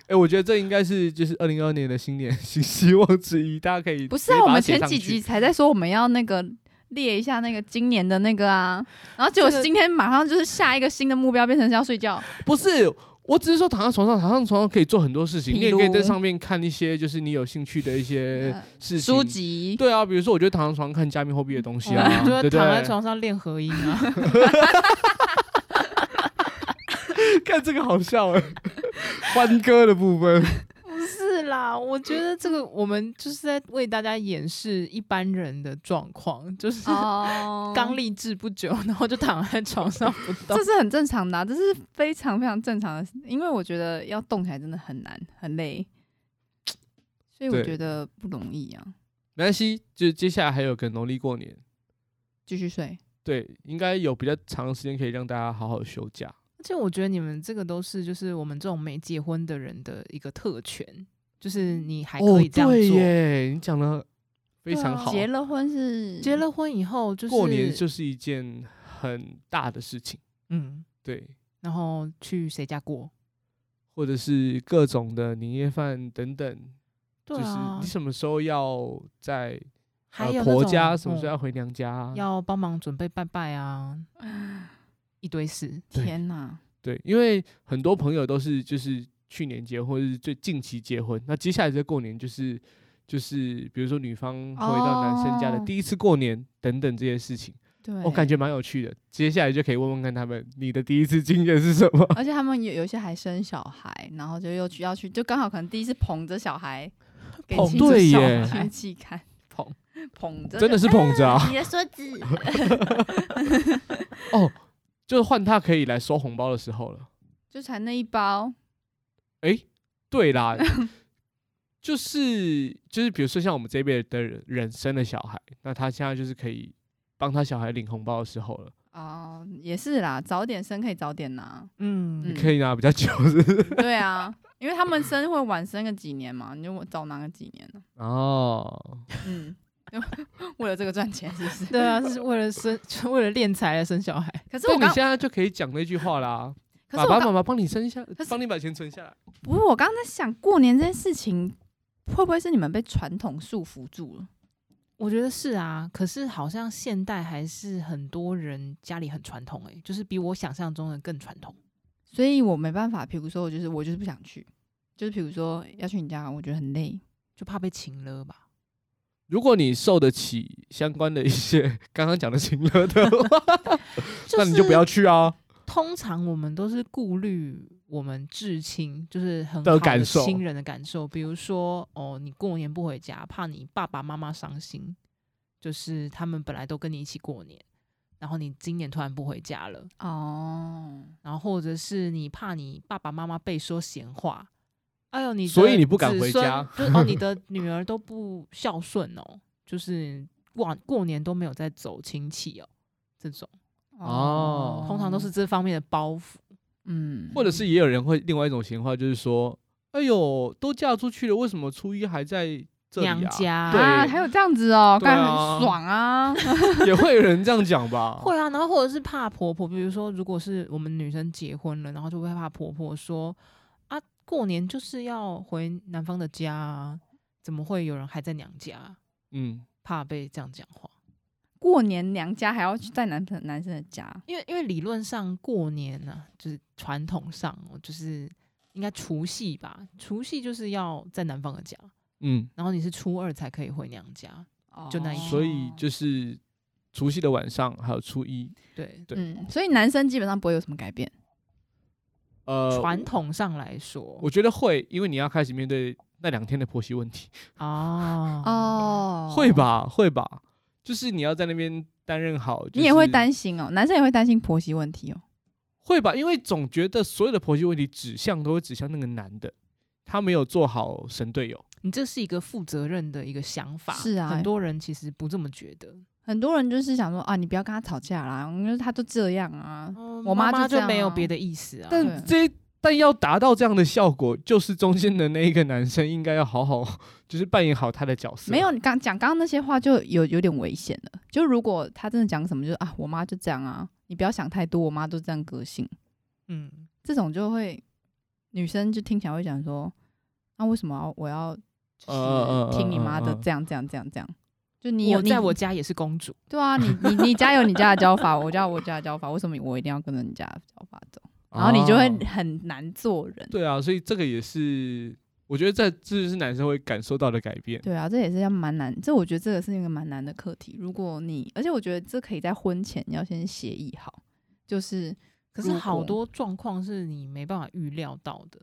S1: 哎、我觉得这应该是就是二零二二年的新年 新希望之一，大家可以
S3: 不是
S1: 直接
S3: 啊，
S1: 把
S3: 我
S1: 它
S3: 们
S1: 写
S3: 前
S1: 上
S3: 几
S1: 去
S3: 集才在说我们要那个列一下那个今年的那个啊，然后结果
S2: 这个
S3: 今天马上就是下一个新的目标变成是要睡觉，
S1: 不是。我只是说躺在床上，躺在床上可以做很多事情，你
S3: 比
S1: 也可以在
S3: 如
S1: 上面看一些就是你有兴趣的一些
S3: 呃
S1: 事情。
S3: 书籍嗯
S1: 对啊，比如说我觉得躺在床上看加密货币的东西啊，
S2: 我们
S1: 对
S2: 哦就
S1: 不
S2: 躺在
S1: 对？
S2: 床上练合音啊。
S1: 看这个好笑哎， 欢歌的部分。
S2: 不 是啦，我觉得这个我们就是在为大家演示一般人的状况，就是
S3: 哦，
S2: 刚励志不久，然后就躺在床上不动
S3: 这。是很正常的啊、这是非常非常正常的事，因为我觉得要动起来真的很难很累，所以我
S1: 对
S3: 觉得不容易啊，
S1: 没关系，就接下来还有个农历过年，
S3: 继续睡。
S1: 对，应该有比较长的时间可以让大家好好休假。
S2: 而且我觉得你们这个都是就是我们这种没结婚的人的一个特权，就是你还可以这样
S1: 嗯哦
S2: 做。
S1: 对耶，你讲的非常好。
S3: 啊结了婚是
S2: 结了婚以后就是
S1: 过年就是一件很大的事情，
S2: 嗯，
S1: 对，
S2: 然后去谁家过？
S1: 或者是各种的年夜饭等等，
S2: 对
S1: 就是
S2: 啊
S1: 你，什么时候要在
S2: 还有
S1: 呃
S2: 那
S1: 婆
S2: 种
S1: 家，什么时
S2: 嗯
S1: 候要回娘家？
S2: 要帮忙准备拜拜啊，一堆事。
S1: 对
S3: 天哪，
S1: 对，因为很多朋友都是就是去年结婚，或是最近期结婚，那接下来这过年就是就是比如说女方回到男生家的
S3: 哦
S1: 第一次过年等等这些事情，
S3: 对，
S1: 我、感觉蛮有趣的。接下来就可以问问看他们，你的第一次经验是什 么？
S3: 而且他们有有一些还生小孩，然后就又去要去，就刚好可能第一次捧着小孩给
S1: 捧
S3: 亲
S1: 对
S3: 戚
S1: 耶
S3: 亲戚看，
S1: 捧
S3: 捧着
S1: 真的是捧着啊，
S3: 你的孙子，
S1: 哦，就是换他可以来收红包的时候了。
S3: 就才那一包，
S1: 对 啦，就是就是，比如说像我们这一辈的人人生的小孩，那他现在就是可以帮他小孩领红包的时候了，
S3: 哦，也是啦，早点生可以早点拿，
S2: 嗯
S3: 嗯
S1: 可以拿比较久是不是
S3: 对啊，因为他们生会晚生个几年嘛，你就早拿个几年 呢，
S1: 哦，
S3: 嗯，就为了这个赚钱是不是？
S2: 对啊，是为了生， 就为了练财来生小孩。
S3: 可是
S1: 所以
S3: 我
S1: 你
S3: 刚，
S1: 现在就可以讲那句话啦。
S3: 可
S1: 爸
S3: 是我
S1: 爸
S3: 刚
S1: 妈妈帮你生下
S3: 可，是
S1: 帮你把钱存下来。
S3: 不是我刚才想过年这件事情，会不会是你们被传统束缚住了？
S2: 我觉得是啊，可是好像现代还是很多人家里很传统、欸，就是比我想象中的更传统。
S3: 所以我没办法，比如说我就是我就是不想去，就是比如说要去你家，我觉得很累。
S2: 就怕被请了吧？
S1: 如果你受得起相关的一些 刚刚讲的情乐的话，那 你就不要。去啊。
S2: 通常我们都是顾虑我们至亲，就是很
S1: 的
S2: 好
S1: 感受
S2: 亲人的感受。比如说，哦，你过年不回家，怕你爸爸妈妈伤心，就是他们本来都跟你一起过年，然后你今年突然不回家了，
S3: 哦，
S2: 然后或者是你怕你爸爸妈妈被说闲话，哎呦，你的
S1: 所以你不敢回
S2: 子孙
S1: 家，
S2: 就哦，你的女儿都不孝顺哦，就是过过年都没有在走亲戚哦，这种
S1: 哦
S2: 通常都是这方面的包袱。
S3: 嗯，
S1: 或者是也有人会另外一种闲话，就是说，哎呦，都嫁出去了，为什么初一还在这里啊？
S2: 娘家
S1: 对
S3: 啊，还有这样子哦，
S1: 对啊
S3: 干很爽啊。
S1: 也会有人这样讲吧？
S2: 会啊，然后 或者是怕婆婆，比如说如果是我们女生结婚了，然后就会怕婆婆说啊，过年就是要回男方的家啊，怎么会有人还在娘家？
S1: 嗯，
S2: 怕被这样讲话，
S3: 过年娘家还要去在男生男生的家，
S2: 因为因为理论上过年呢、就是传统上哦，就是应该除夕吧，除夕就是要在男方的家，
S1: 嗯，
S2: 然后你是初二才可以回娘家，哦就那一天
S1: 所以就是除夕的晚上，还有初一，
S2: 对，
S1: 对
S3: 嗯，所以男生基本上不会有什么改变。
S1: 呃，
S2: 传统上来说
S1: 我觉得会，因为你要开始面对那两天的婆媳问题。
S2: 啊，
S3: 哦，
S1: 会？吧，会吧，就是你要在那边担任好，就
S3: 你也会
S1: 是
S3: 担心哦，男生也会担心婆媳问题哦。
S1: 会吧，因为总觉得所有的婆媳问题指向都会指向那个男的，他没有做好神队友。
S2: 你这是一个负责任的一个想法，
S3: 是啊
S2: 很多人其实不这么觉得。
S3: 很多人就是想说啊，你不要跟他吵架啦，因为他都这样啊。
S2: 哦
S3: 我妈
S2: 妈
S3: 就这
S2: 就
S3: 样
S2: 没有
S3: 啊
S2: 别的意思啊。
S3: 但
S1: 这但要达到这样的效果，就是中间的那一个男生应该要好好，就是扮演好他的角色。
S3: 没有，你刚讲刚刚那些话就有有点危险了。就如果他真的讲什么，就是啊，我妈就这样啊，你不要想太多，我妈都这样个性，
S2: 嗯，
S3: 这种就会女生就听起来会讲说，那、为什么要我要
S1: 呃
S3: 就是听你妈的
S1: 嗯嗯嗯嗯
S3: 这样这样这样这样？就你有
S2: 我
S3: 你
S2: 在我家也是公主，
S3: 对啊，你你你家有你家的教法，我家有我家的教法，为什么我一定要跟着你家的教法走？然后你就会
S1: 哦
S3: 很难做人。
S1: 对啊，所以这个也是，我觉得这这就是男生会感受到的改 变。
S3: 对啊，这也是要蛮难，这我觉得这个是一个蛮难的课题。如果你，而且我觉得这可以在婚前要先协议好，就是
S2: 可是
S3: 如
S2: 好
S3: 果
S2: 多状况是你没办法预料到的。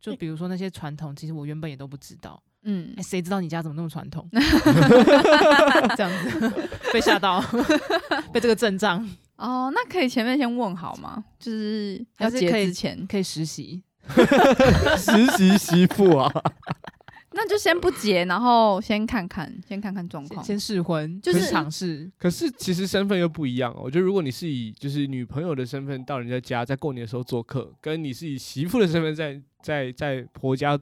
S2: 就比如说那些传统，其实我原本也都不知道。
S3: 嗯
S2: 哎、，谁知道你家怎么那么传 统？
S3: 这样子
S2: 被吓到，被这个阵仗，
S3: 哦，那可以前面先问好吗？就是要
S2: 还是
S3: 结
S2: 可以
S3: 之前，
S2: 可以实习。
S1: 实习媳妇啊，
S3: 那就先不结，然后先看看，先看看状
S2: 先
S3: 况。
S2: 先试婚，
S3: 就
S2: 先
S3: 是
S2: 尝试。
S1: 可是其实身份又不一样哦。我觉得如果你是以就是女朋友的身份到人家家，在过年的时候做客，跟你是以媳妇的身份在在在婆家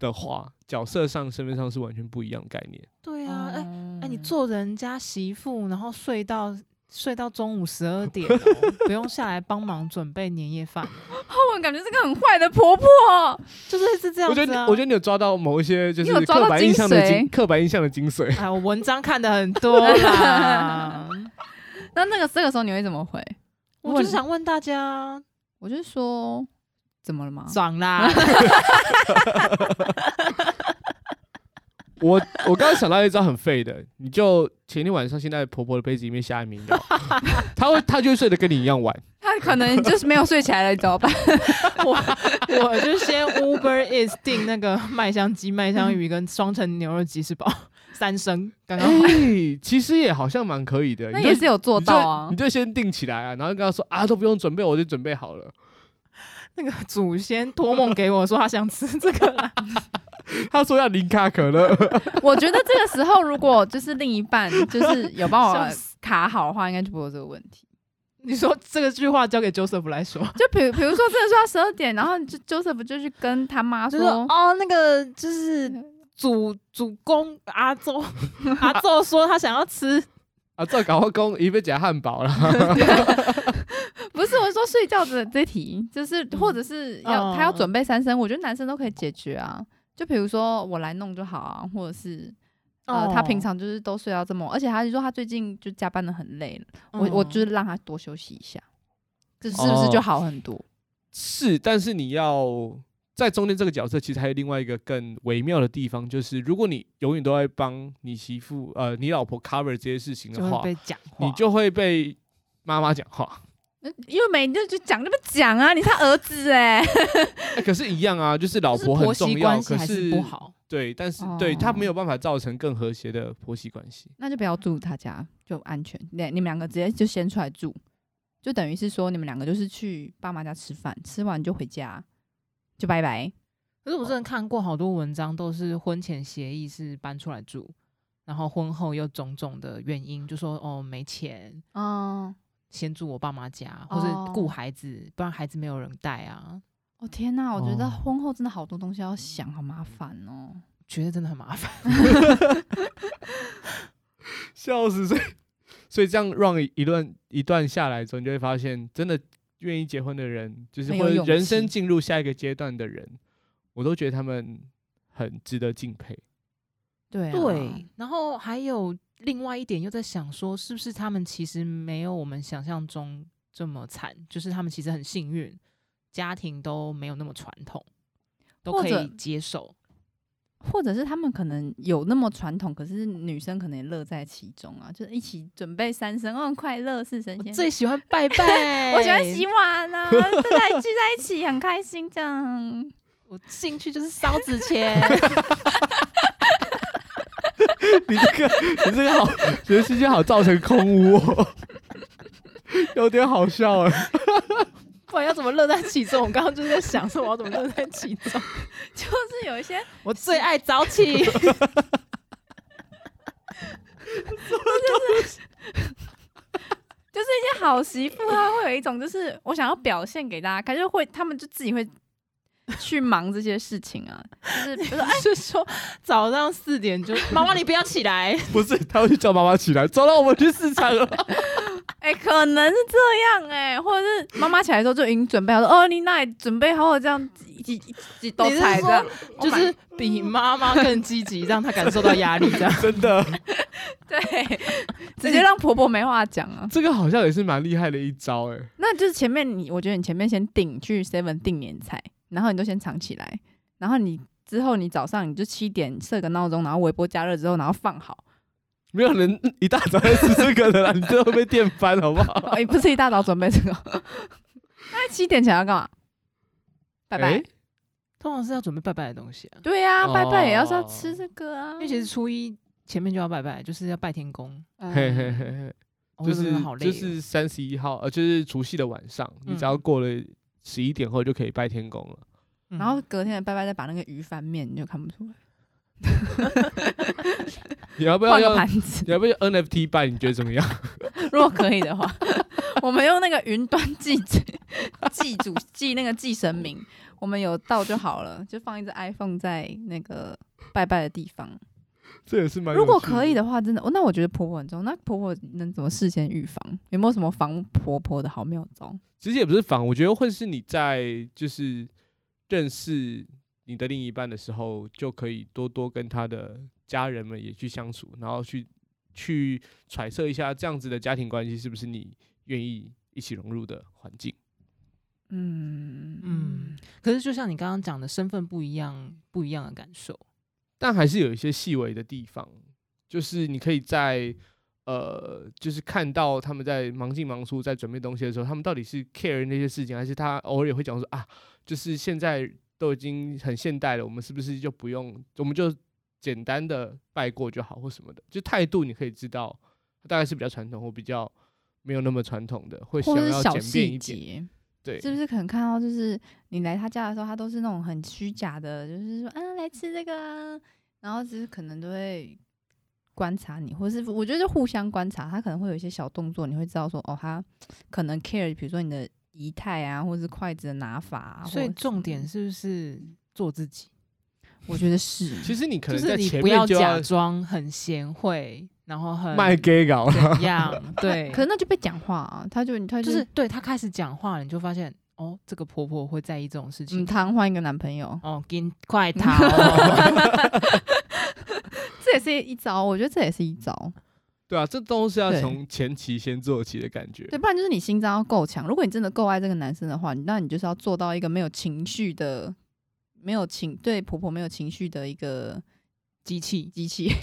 S1: 的话，角色上身份上是完全不一样的概念。
S2: 对
S3: 对
S2: 啊，哎、
S3: 哎
S2: 哎、你
S1: 嗯
S2: 做人家媳妇，然后睡到睡到中午 十二点哦、不用下来帮忙准备年夜饭，
S3: 我感觉这个很坏的婆婆，
S2: 就是类似这样
S1: 我
S2: 子、啊
S1: 觉得你我觉得你有抓到某一些就
S3: 你
S1: 是
S3: 有抓
S1: 刻
S3: 到
S1: 板印象的
S3: 精髓
S1: 精刻板印象的精髓。
S2: 哎，我文章看的很 多啦，
S3: 那那个这个时候你会怎么回？
S2: 我就是想问大家，
S3: 我就说怎么了
S1: 嗯
S3: 吗？
S2: 爽啦！
S1: 我我刚刚想到一招很废的，你就前天晚上先在婆婆的杯子里面下一名药， 她会她就会睡得跟你一样晚。
S3: 她可能 就是没有睡起来了，怎么办？
S2: 我我就先 Uber is 订那个麦香鸡、麦香鱼跟双层牛肉吉士堡三升，刚
S1: 哎、
S2: 刚好。
S1: 其实也好像蛮可以的，
S3: 那
S1: 你就
S3: 也是有做到啊
S1: 你。就你就先定起来啊，然后跟她说啊都不用准备，我就准备好了。
S2: 那个祖先托梦给我说他想吃这个啦，
S1: 她说要零卡可乐，
S3: 我觉得这个时候，如果就是另一半就是有帮
S2: 笑
S3: 我
S2: 死
S3: 卡好的话，应该就不会有这个问题。
S2: 你说这个句话交给 Joseph 来说，
S3: 就比如比如说，这个时候十二点，然后就 Joseph 就去跟他妈
S2: 就是
S3: 说，
S2: 哦，那个就是主主公阿 周阿周说他想要 吃，
S1: 啊这搞工一被夹汉堡了。
S3: 不是我是说睡觉的这题，就是
S2: 嗯
S3: 或者是要
S2: 哦
S3: 他要准备三声，我觉得男生都可以解决啊。就比如说我来弄就好啊，或者是
S2: 啊
S3: 呃他平常就是都睡到这么晚，而且他就说他最近就加班的很累了，
S2: 哦
S3: 我
S2: 嗯
S3: 我就是让他多休息一下，这是不是就
S1: 哦
S3: 好很多？
S1: 是，但是你要在中间这个角色，其实还有另外一个更微妙的地方，就是如果你永远都在帮你媳妇呃你老婆 cover 这些事情
S2: 就
S1: 的话
S2: 会，被讲话，
S1: 你就会被妈妈讲话。
S3: 那因为没就就讲就不讲啊，你是他儿子哎、
S1: 哎，可是，一样啊，就是老
S2: 就是
S1: 婆很
S2: 婆媳
S1: 重要，
S2: 关系
S1: 可
S2: 还是不好。
S1: 对，但是
S3: 哦
S1: 对她没有办法造成更和谐的婆媳关系。
S3: 那就不要住他家，就安全。你你们两个直接就先出来住，就等于是说你们两个就是去爸妈家吃饭，吃完就回家，就拜拜。
S2: 可是我真的看过好多文章，都是婚前协议是搬出来住，然后婚后又种种的原因，就说哦没钱，
S3: 哦，
S2: 先住我爸妈家，或者顾孩子，不然孩子没有人带啊，
S3: 哦天哪，我觉得
S1: 哦
S3: 婚后真的好多东西要想，好麻烦哦。
S2: 觉得真的很麻烦。
S1: 笑死！所以，所以这样 run 一一段一段下来之后，你就会发现，真的愿意结婚的人，就是
S3: 很有
S1: 或者
S3: 勇气
S1: 人生进入下一个阶段的人，我都觉得他们很值得敬 佩。
S3: 对、啊、
S2: 对，，然后还有另外一点，又在想说，是不是他们其实没有我们想象中这么惨，就是他们其实很幸运，家庭都没有那么传统，都
S3: 或
S2: 可
S3: 者
S2: 以接受。
S3: 或者是他们可能有那么传统，可是女生可能也乐在其中啊，就是一起准备三声，哦，很快乐是神
S2: 我
S3: 仙。
S2: 最喜欢拜拜，
S3: 我喜欢洗，碗啊，大家聚在一起很开心这样。
S2: 我兴趣就是烧纸钱。
S1: 你这个，你这个好，你的世界好造成空屋、哦， 有点好笑哎、
S2: 不然要怎么乐在其中？我刚刚就是在想说我要怎么乐在其中。
S3: 就是有一些
S2: 我最爱早起，
S3: 就是一些好媳妇，她会有一种就是我想要表现给大家看，就会他们就自己会去忙这些事情啊，就是比如说
S2: 是说早上四点就妈妈你不要起 来，
S1: 不是，他会去叫妈妈起来，走了，我们去市场了。
S3: 哎、可能是这样哎、或者是妈妈起来的时候就已经准备好说，哦，你那里准备好我这样几几几几道
S2: 你是
S3: 菜这
S2: 说
S3: 样，
S2: 就
S3: Oh my
S2: 是比妈妈更积极，让她感受到压力这样。
S1: 真的，
S3: 对，直接让婆婆没话讲啊。
S1: 这个好像也是蛮厉害的一招哎、
S3: 那就是前面你，我觉得你前面先订去 Seven 订年菜，然后你就先藏起来，然后你之后你早上你就七点设个闹钟，然后微波加热之后，然后放好。
S1: 没有人一大早在吃这个的啦，你这会被电翻好不 好？
S3: 哎、不是一大早准备这个，那七点起来要干嘛？拜拜。
S1: 哎
S2: 通常是要准备拜拜的东西啊，
S3: 对呀、
S1: 哦
S3: 拜拜也要是要吃这个啊
S2: 因。为其实初一前面就要拜拜，就是要拜天公，
S3: 嗯
S1: 嘿嘿嘿嘿。
S2: 哦
S1: 就
S2: 真的
S1: 是
S2: 好累哦，
S1: 就是三十一号，呃，就是除夕的晚上，你只
S2: 嗯
S1: 要过了十一点后就可以拜天公了。
S2: 嗯
S3: 然后隔天的拜拜再把那个鱼翻面，你就看不出来。
S1: 你要不要
S3: 换个
S1: 用？
S3: 盘子
S1: 你， 要不要用 NFT 拜？你觉得怎么样？
S3: 如果可以的话， 我们用那个云端祭祭祭祖祭那个祭神明，我们有到就好了，就放一只 iPhone 在那个拜拜的地方。
S1: 这也是蛮
S3: 如
S1: 有
S3: 果
S1: 趣
S3: 可以
S1: 的
S3: 的话，真的，那我觉得婆婆很重要。那婆婆能怎么事先预防？有没有什么防婆婆的好妙招？
S1: 其实也不是仿，我觉得会是你在就是认识你的另一半的时候，就可以多多跟他的家人们也去相处，然后去去揣测一下这样子的家庭关系是不是你愿意一起融入的环境。
S3: 嗯
S2: 嗯，可是就像你刚刚讲的，身份不一样，不一样的感受。
S1: 但还是有一些细微的地方，就是你可以在呃，就是看到他们在忙进忙出，在准备东西的时候，他们到底是 care 那些事情，还是他偶尔也会讲说啊，就是现在都已经很现代了，我们是不是就不用，我们就简单的拜过就好，或什么的，就态度你可以知道，大概是比较传统或比较没有那么传统的，会想
S3: 或者
S1: 要
S3: 是小
S1: 简便
S3: 细
S1: 一点，
S3: 节，
S1: 对，
S3: 是不是可能看到就是你来他家的时候，他都是那种很虚假的，就是说啊来吃这个啊，然后只是可能都会观察你，或是我觉得就互相观察，他可能会有一些小动作，你会知道说哦，他可能 care，比如说你的仪态啊，或是筷子的拿法啊。
S2: 所以
S3: 或者
S2: 重点
S3: 什
S2: 是不是做自己？
S3: 么，我觉得是，
S1: 其实你可
S2: 就
S1: 能
S2: 是
S1: 在
S2: 你
S1: 前
S2: 不
S1: 面就
S2: 假装很贤惠，然后很
S3: 嗯
S1: 卖 gay 搞了，
S2: 怎样？对，
S3: 可是那就被讲话啊，他就他
S2: 就是对她开始讲话了，你就发现哦，这个婆婆会在意这种事情。
S3: 嗯，他换一个男朋友，
S2: 哦，给你快逃哦！
S3: 这也是一招，我觉得这也是一招。
S1: 对啊，这都是要
S3: 对
S1: 从前期先做起的感觉，
S3: 对，不然就是你心脏要够强。如果你真的够爱这个男生的话，那你就是要做到一个没有情绪的、没有情对婆婆没有情绪的一个
S2: 机器，
S3: 机器。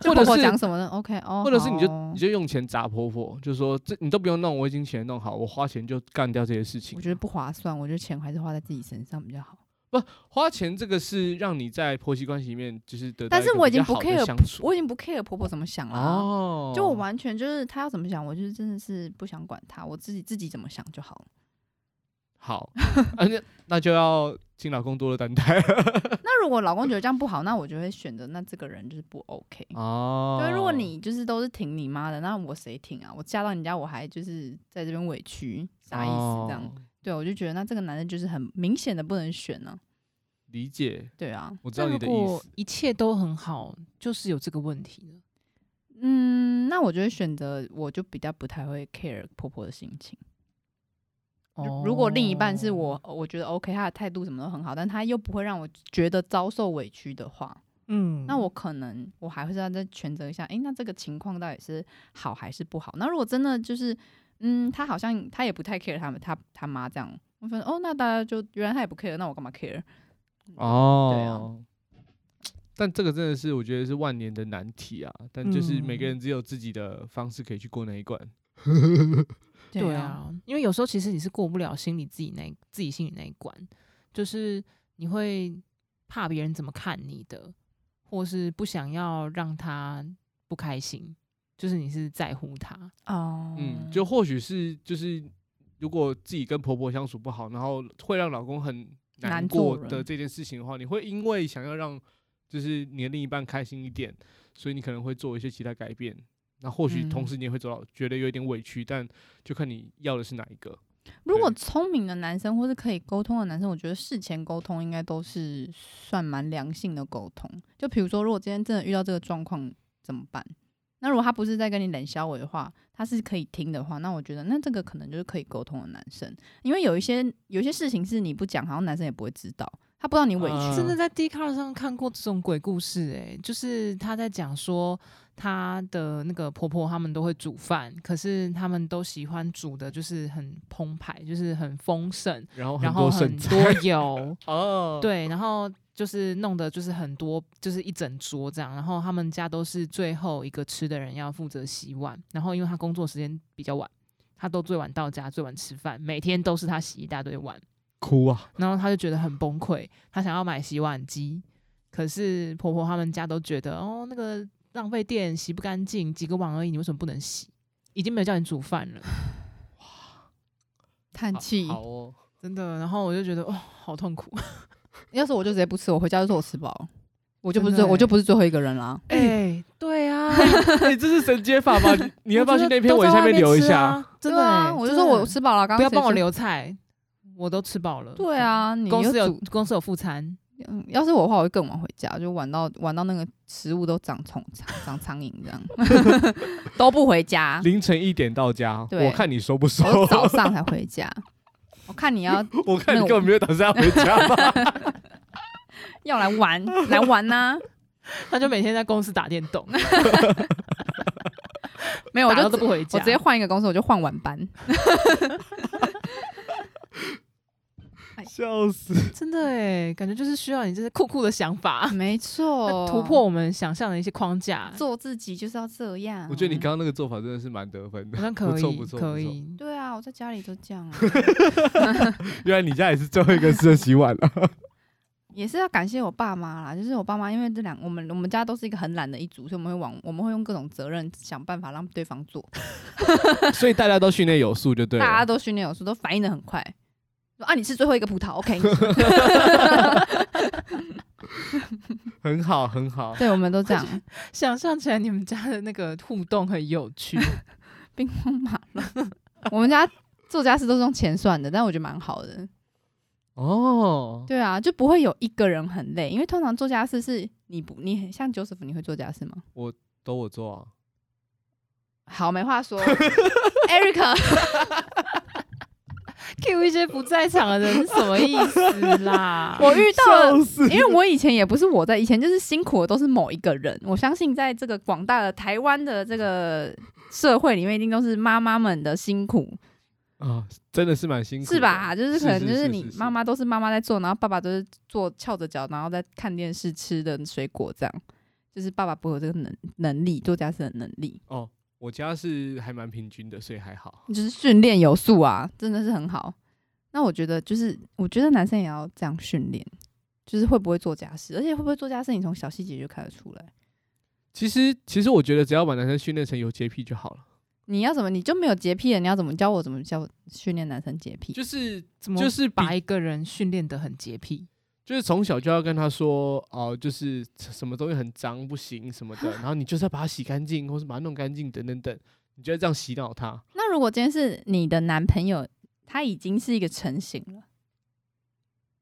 S3: 就
S1: 或
S3: 婆
S1: 者
S3: 婆
S1: 是
S3: 讲什么呢？OK，哦，
S1: 或者是你就
S3: 好哦
S1: 你就用钱砸婆婆，就说这你都不用弄，我已经钱弄好，我花钱就干掉这些事情
S3: 我。觉得不划算，我觉得钱还是花在自己身上比较好。
S1: 花钱这个是让你在婆媳关系里面就是得到
S3: 但
S1: 一
S3: 是
S1: 个
S3: 我已
S1: 比较
S3: 经不
S1: 好的
S3: care
S1: 相处
S3: 我已经不 care 婆婆怎么想了、啊
S1: 哦，
S3: 就我完全就是她要怎么想，我就是真的是不想管她，我自己自己怎么想就好了。
S1: 好，而且、那那就要请老公多多担待
S3: 那如果老公觉得这样不好，那我就会选择那这个人就是不 OK。
S1: 哦。
S3: 对，如果你就是都是挺你妈的，那我谁挺啊？我嫁到你家，我还就是在这边委屈，啥意思？这样，
S1: 哦
S3: 对我就觉得那这个男的就是很明显的不能选呢、
S1: 理解，
S3: 对啊，
S1: 我知
S2: 那
S1: 道你
S2: 如
S1: 的意
S2: 果
S1: 思。
S2: 一切都很好，就是有这个问题了。
S3: 嗯，那我就会选择，我就比较不太会 care 婆婆的心情。
S2: 哦
S3: 如如果另一半是我，
S1: 哦
S3: 我觉得 OK，他的态度什么都很好，但他又不会让我觉得遭受委屈的话，
S2: 嗯，
S3: 那我可能我还会再再权责一下，诶，那这个情况到底是好还是不好？那如果真的就是，嗯，他好像他也不太 care 他们，他他妈这样，我觉得哦，那大家就原来他也不 care，那我干嘛 care？
S1: 哦，但这个真的是我觉得是万年的难题啊！但就是每个
S2: 嗯
S1: 人只有自己的方式可以去过那一关。
S2: 对，啊，因为有时候其实你是过不了心里自己那自己心里那一关，就是你会怕别人怎么看你的，或是不想要让他不开心，就是你是在乎他。
S3: 哦，
S1: 嗯，就或许是就是，如果自己跟婆婆相处不好，然后会让老公很难
S3: 难
S1: 过
S3: 做
S1: 的
S3: 人
S1: 这件事情的话，你会因为想要让就是你的另一半开心一点，所以你可能会做一些其他改变，那或许
S2: 嗯
S1: 同时你也会走到觉得有一点委屈，但就看你要的是哪一个。
S3: 如果
S1: 对
S3: 聪明的男生或是可以沟通的男生，我觉得事前沟通应该都是算蛮良性的沟通。就比如说，如果今天真的遇到这个状况怎么办？那如果他不是在跟你冷笑我的话，他是可以听的话，那我觉得那这个可能就是可以沟通的男生，因为有一些有一些事情是你不讲，好像男生也不会知道，他不知道你委屈。
S1: 嗯
S2: 真的在 d c a r 上看过这种鬼故事、欸，就是她在讲说她的那个婆婆他们都会煮饭，可是他们都喜欢煮的就是很澎湃，就是很丰盛，
S1: 然后哦很
S2: 然
S1: 多
S2: 后很
S1: 剩菜
S2: 多油，
S1: 哦，，
S2: 对，然后就是弄的就是很多，就是一整桌这样。然后他们家都是最后一个吃的人要负责洗碗，然后因为他工作时间比较晚，他都最晚到家，最晚吃饭，每天都是他洗一大堆碗。
S1: 哭啊，
S2: 然后她就觉得很崩溃，她想要买洗碗机，可是婆婆他们家都觉得哦，那个浪费电，洗不干净，几个碗而已，你为什么不能洗？已经没有叫你煮饭了，
S3: 叹气
S1: 好，好哦，
S2: 真的。然后我就觉得哦，好痛苦。
S3: 要是我就直接不吃，我回家就说我吃饱了，我就不是最
S2: 真的欸
S3: 我就不是最后一个人啦。
S2: 哎、对啊，
S1: 哎，这是神接法吧？你你要不要去
S2: 我觉得
S1: 那篇
S2: 都
S1: 文
S2: 在
S1: 下
S2: 外
S1: 面
S2: 面
S1: 留一
S2: 吃
S1: 下？
S2: 啊？真的
S3: 对
S2: 欸、
S3: 啊，我就
S2: 真
S3: 说
S2: 的
S3: 我吃饱了，刚刚
S2: 不要帮我
S3: 谁说。
S2: 留菜，我都吃饱了。
S3: 对啊，你
S2: 公
S3: 又
S2: 司有
S3: 煮
S2: 公司有副餐，
S3: 嗯，要是我的话，我会更晚回家，就晚到晚到那个食物都长虫、长长苍蝇这样， 都不回家，
S1: 凌晨一点到家，
S3: 对
S1: 我看你收不收？
S3: 我早上才回家。我看你要
S1: 我看你
S3: 那
S1: 根
S3: 我
S1: 本没有打算要回家吧？
S3: 要来 玩，来玩啊呐、
S2: 他就每天在公司打电 动，
S3: 没有，我
S2: 打
S3: 就
S2: 到都
S3: 直
S2: 不回家。
S3: 我直接换一个公司，我就换晚班。
S1: 笑死！
S2: 真的哎，感觉就是需要你这些酷酷的想法，啊
S3: 没错，
S2: 突破我们想象的一些框架。
S3: 哦做自己就是要这样。
S1: 我觉得你刚刚那个做法真的是蛮得分
S2: 好
S1: 的，
S2: 像可
S1: 不错不
S2: 以，
S1: 错
S2: 可
S1: 不错
S2: 以。
S3: 对啊，我在家里都这样啊、
S1: 原来你家也是最后一个吃的洗碗了。
S3: 也是要感谢我爸妈啦，就是我爸妈，因为这两我们我们家都是一个很懒的一组，所以我们会往我们会用各种责任想办法让对方做。
S1: 所以大家都训练有素就对
S3: 大家
S1: 了。
S3: 都训练有素，都反应的很快。说啊，你是最后一个葡萄，OK？
S1: 很好，很好。
S3: 对，我们都这样，
S2: 想象起来你们家的那个互动很有 趣，
S3: 兵荒马乱。我们家做家事都是用钱算的，但我觉得蛮好的。
S1: 哦，
S3: 对啊，就不会有一个人很累，因为通常做家事是你不你很像 Joseph，你会做家事吗？
S1: 都我做啊。
S3: 好，没话 说，Eric，
S2: Q 一些不在场的人是什么意思啦？
S3: 我遇到了。
S1: 笑死！
S3: 因为我以前也不是我在，以前就是辛苦的都是某一个人。我相信在这个广大的台湾的这个社会里面，一定都是妈妈们的辛苦。
S1: 啊，真的是蛮辛苦的，
S3: 是吧？就是可能就是是你妈，妈都是妈妈在做，然后爸爸都是做翘着脚，然后在看电视吃的水果这样。就是爸爸不会有这个能能力做家事的能力，
S1: 哦我家是还蛮平均的，所以还好。
S3: 就是训练有素啊，真的是很好。那我觉得就是，我觉得男生也要这样训练，就是会不会做家事，而且会不会做家事，你从小细节就看得出来。
S1: 其实，其实我觉得只要把男生训练成有洁癖就好了。
S3: 你要怎么你就没有洁癖了？你要怎么教我怎么教训练男生洁癖？
S1: 就是
S2: 怎么
S1: 就是比
S2: 把一个人训练得很洁癖？
S1: 就是从小就要跟他说哦、就是什么东西很脏不行什么 的，然后你就是要把它洗干净，或是把它弄干净等等等，你就要这样洗脑他。
S3: 那如果今天是你的男朋友，他已经是一个成型了。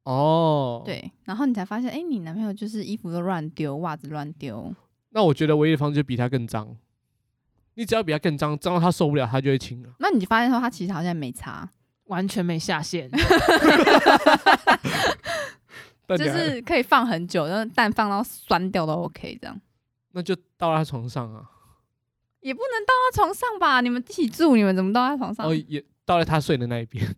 S1: 哦，，
S3: 对，然后你才发现，哎、你男朋友就是衣服都乱丢，袜子乱丢，
S1: 那我觉得唯一的方式就比他更脏。你只要比他更脏，脏到他受不了，他就会清了。
S3: 那你就发现说他其实好像也没擦，
S2: 完全没下限，
S1: 就
S3: 就是可以放很久，然后蛋放到酸掉都 OK，这样
S1: 那就到他床上啊，
S3: 也不能倒到床上吧？你们一起住，你们怎么倒在床上？
S1: 哦，也到了他睡的那一边。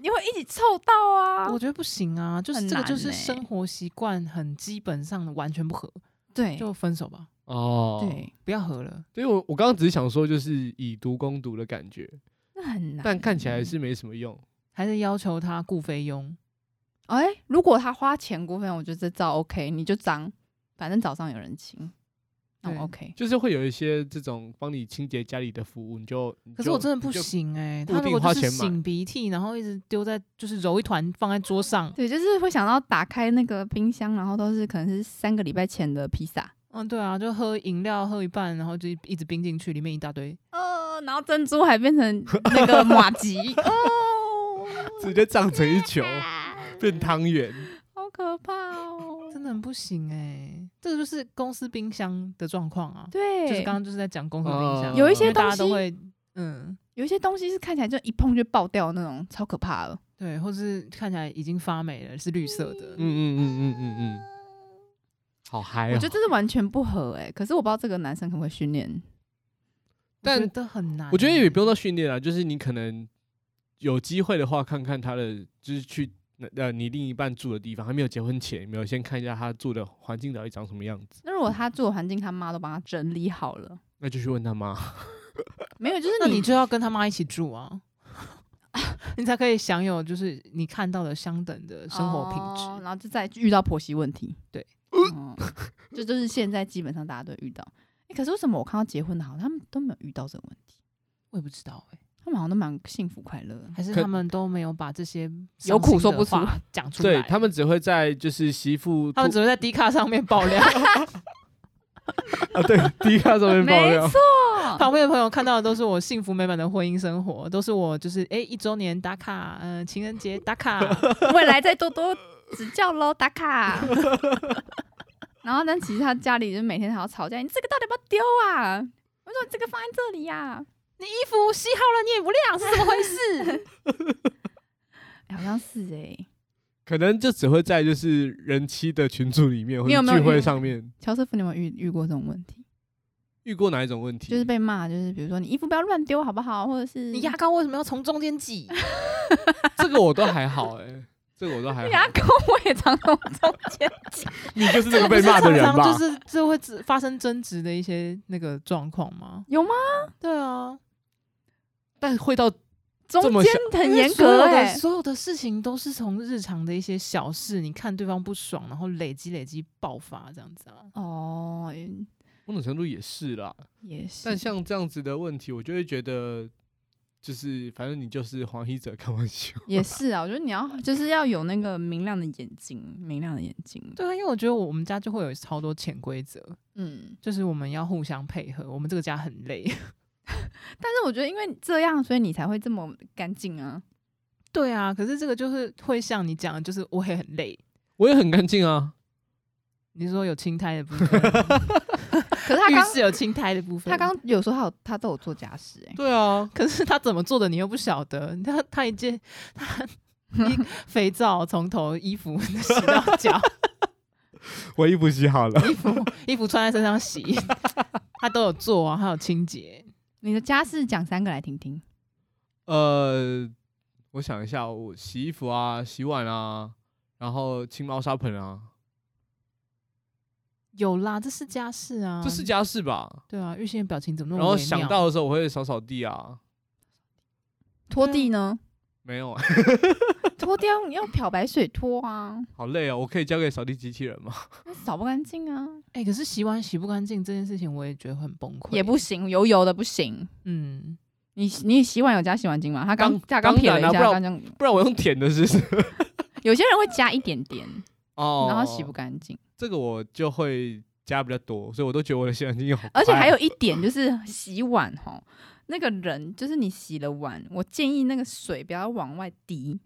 S3: 你会一起臭到啊
S1: 哦
S2: 我？觉得不行啊，就是
S3: 很
S2: 这个就
S3: 难
S2: 是
S3: 欸
S2: 生活习惯很基本上的完全不合，
S3: 对
S2: 就分手吧，
S1: 哦，，
S3: 对，
S2: 不要合了。
S1: 所以我我刚刚只是想说，就是以毒攻毒的感觉，
S3: 那很难。欸
S1: 但看起
S2: 嗯
S1: 来是没什么用。
S2: 还是要求他雇菲佣，
S3: 哎、如果他花钱过分，我觉得这招 OK，你就脏，反正早上有人清，那
S2: 对
S3: 我 OK。
S1: 就是会有一些这种帮你清洁家里的服务，你就你
S2: 可是
S1: 就
S2: 我真的不
S1: 你就
S2: 行哎、
S1: 固
S2: 他如
S1: 定
S2: 果
S1: 花
S2: 就是
S1: 钱买
S2: 擤鼻涕，然后一直丢在，就是揉一团放在桌上，
S3: 对，就是会想到打开那个冰箱，然后都是可能是三个礼拜前的披萨，
S2: 嗯，对啊，就喝饮料喝一半，然后就一直冰进去，里面一大堆。
S3: 呃，然后珍珠还变成那个 马吉，哦，
S1: 直接胀成一 球，变汤圆。
S3: 好可怕哦！
S2: 真的很不行哎、这个就是公司冰箱的状况啊，
S3: 对，
S2: 就是刚刚就是在讲公司冰箱，啊
S1: 哦有一
S2: 因为
S3: 些
S2: 大
S3: 东
S2: 家都
S3: 西
S2: 会，嗯，
S3: 有一些东西是看起来就一碰就爆掉的那种，超可怕的。
S2: 对，或是看起来已经发霉了，是绿色的，
S1: 嗯嗯嗯嗯嗯嗯，好嗨
S2: 哎
S3: 我
S1: 哦
S3: 觉得！这是完全不合哎、可是我不知道这个男生可不可以训练。
S1: 但
S2: 我觉得很难欸。
S1: 我觉得也不用到训练啊，就是你可能有机会的话，看看他的，就是去呃你另一半住的地方，还没有结婚前，有没有先看一下他住的环境到底长什么样子，
S3: 那如果他住的环境，他妈都帮他整理好了，
S1: 那就去问他妈。
S3: 没有，就
S2: 那
S3: 是
S2: 你就要跟他妈一起住啊， 你才可以享有就是你看到的相等的生活品质。呃
S3: 哦然后就再遇到婆媳问题。
S2: 对，
S3: 嗯，这就是现在基本上大家都遇到。哎、可是为什么我看到结婚的好，他们都没有遇到这个问题？
S2: 我也不知道哎、
S3: 他们好像都蛮幸福快乐的。
S2: 还是
S1: 可
S2: 他们都没有把这些
S3: 有
S2: 伤
S3: 苦
S2: 心
S3: 说
S2: 的
S3: 不出
S2: 话讲出来。
S1: 对他们只会在就是媳妇
S2: 他们
S1: 吐
S2: 只会在 D 卡上面爆 料，
S1: 啊对 低卡 上面爆
S3: 没
S1: 料，
S3: 错，
S2: 旁边的朋友看到的都是我幸福美满的婚姻生活，都是我就是哎、一周年打卡，呃情人节打 卡，
S3: 未来再多多指教喽，打卡。 然后，但其实他家里就每天还要吵架，你这个到底要不要丢啊？我说你这个放在这里呀、
S2: 你衣服洗好了你也不晾是怎么回 事？
S3: 哎好像是哎、
S1: 可能就只会在就是人妻的群组里面或
S3: 你
S1: 者
S3: 有没有
S1: 聚会
S3: 遇
S1: 上面
S3: 乔师傅，你有没有遇遇过这种问题？
S1: 遇过哪一种问题？
S3: 就是被骂，就是比如说你衣服不要乱丢好不好，或者是
S2: 你牙膏为什么要从中间挤？
S1: 这个我都还好哎、这个我都 还
S3: 牙
S1: 好。
S3: 膏我也常从中 间挤，
S1: 你就是那
S2: 这
S1: 个
S2: 不
S1: 被
S2: 是
S1: 骂的人
S2: 常
S1: 吧？
S2: 常就是这会只发生争执的一些那个状况吗？
S3: 有吗？
S2: 对啊，
S1: 但会到
S3: 中
S1: 么
S3: 间很严
S2: 因为
S3: 格
S2: 所有的
S3: 哎、
S2: 所有的事情都是从日常的一些小事，你看对方不爽，然后累积累积爆发这样子啊。
S3: 哦，
S1: 某种程度也是啦。
S3: 也是，
S1: 但像这样子的问题，我就会觉得，就是反正你就是黄衣者开玩笑。
S3: 也是啊，我觉得你要就是要有那个明亮的眼睛，明亮的眼睛。
S2: 对啊，因为我觉得我们家就会有超多潜规则，
S3: 嗯，
S2: 就是我们要互相配合。我们这个家很累。
S3: 但是我觉得因为这样，所以你才会这么干净 啊。
S2: 对啊，可是这个就是会像你讲的，就是我也很累。
S1: 我也很干净啊，
S2: 你是说有青苔的部 分吗，
S3: 可是他
S2: 浴
S3: 刚
S2: 室有青苔的部分。
S3: 他刚有时候他有他都有做家事哎、
S1: 对啊，
S2: 可是他怎么做的你又不晓得，他他一件他 一肥皂从头衣服洗到脚，
S1: 我衣服洗好了，
S2: 衣服衣服穿在身上洗， 他都有做啊，还有清洁。
S3: 你的家事讲三个来听听。
S1: 呃，我想一下，我洗衣服啊，洗碗啊，然后清猫砂盆啊，
S2: 有啦，这是家事
S3: 嗯
S2: 啊，
S1: 这是家事吧？
S2: 对啊。玉鑫的表情怎么那
S1: 然
S2: 么
S1: 后
S2: 微妙
S1: 想到的时候，我会扫扫地啊，
S3: 拖地呢？
S1: 没有，啊
S3: 拖地要你用漂白水拖啊，
S1: 好累哦，我可以交给扫地机器人吗？
S3: 那扫不干净啊，
S2: 哎、可是洗碗洗不干净这件事情，我也觉得很崩溃。
S3: 也不行，油油的不行。
S2: 嗯，
S3: 你你洗碗有加洗碗巾吗？他刚
S1: 当
S3: 他刚撇了一
S1: 当
S3: 下，
S1: 然啊
S3: 刚刚
S1: 不然我用舔的试试。
S3: 有些人会加一点点，
S1: 哦，
S3: 然后洗不干净，
S1: 这个我就会加比较多，所以我都觉得我的洗碗精油好快啊，
S3: 而且还有一点就是洗碗吼，那个人就是你洗了碗，我建议那个水不要往外滴，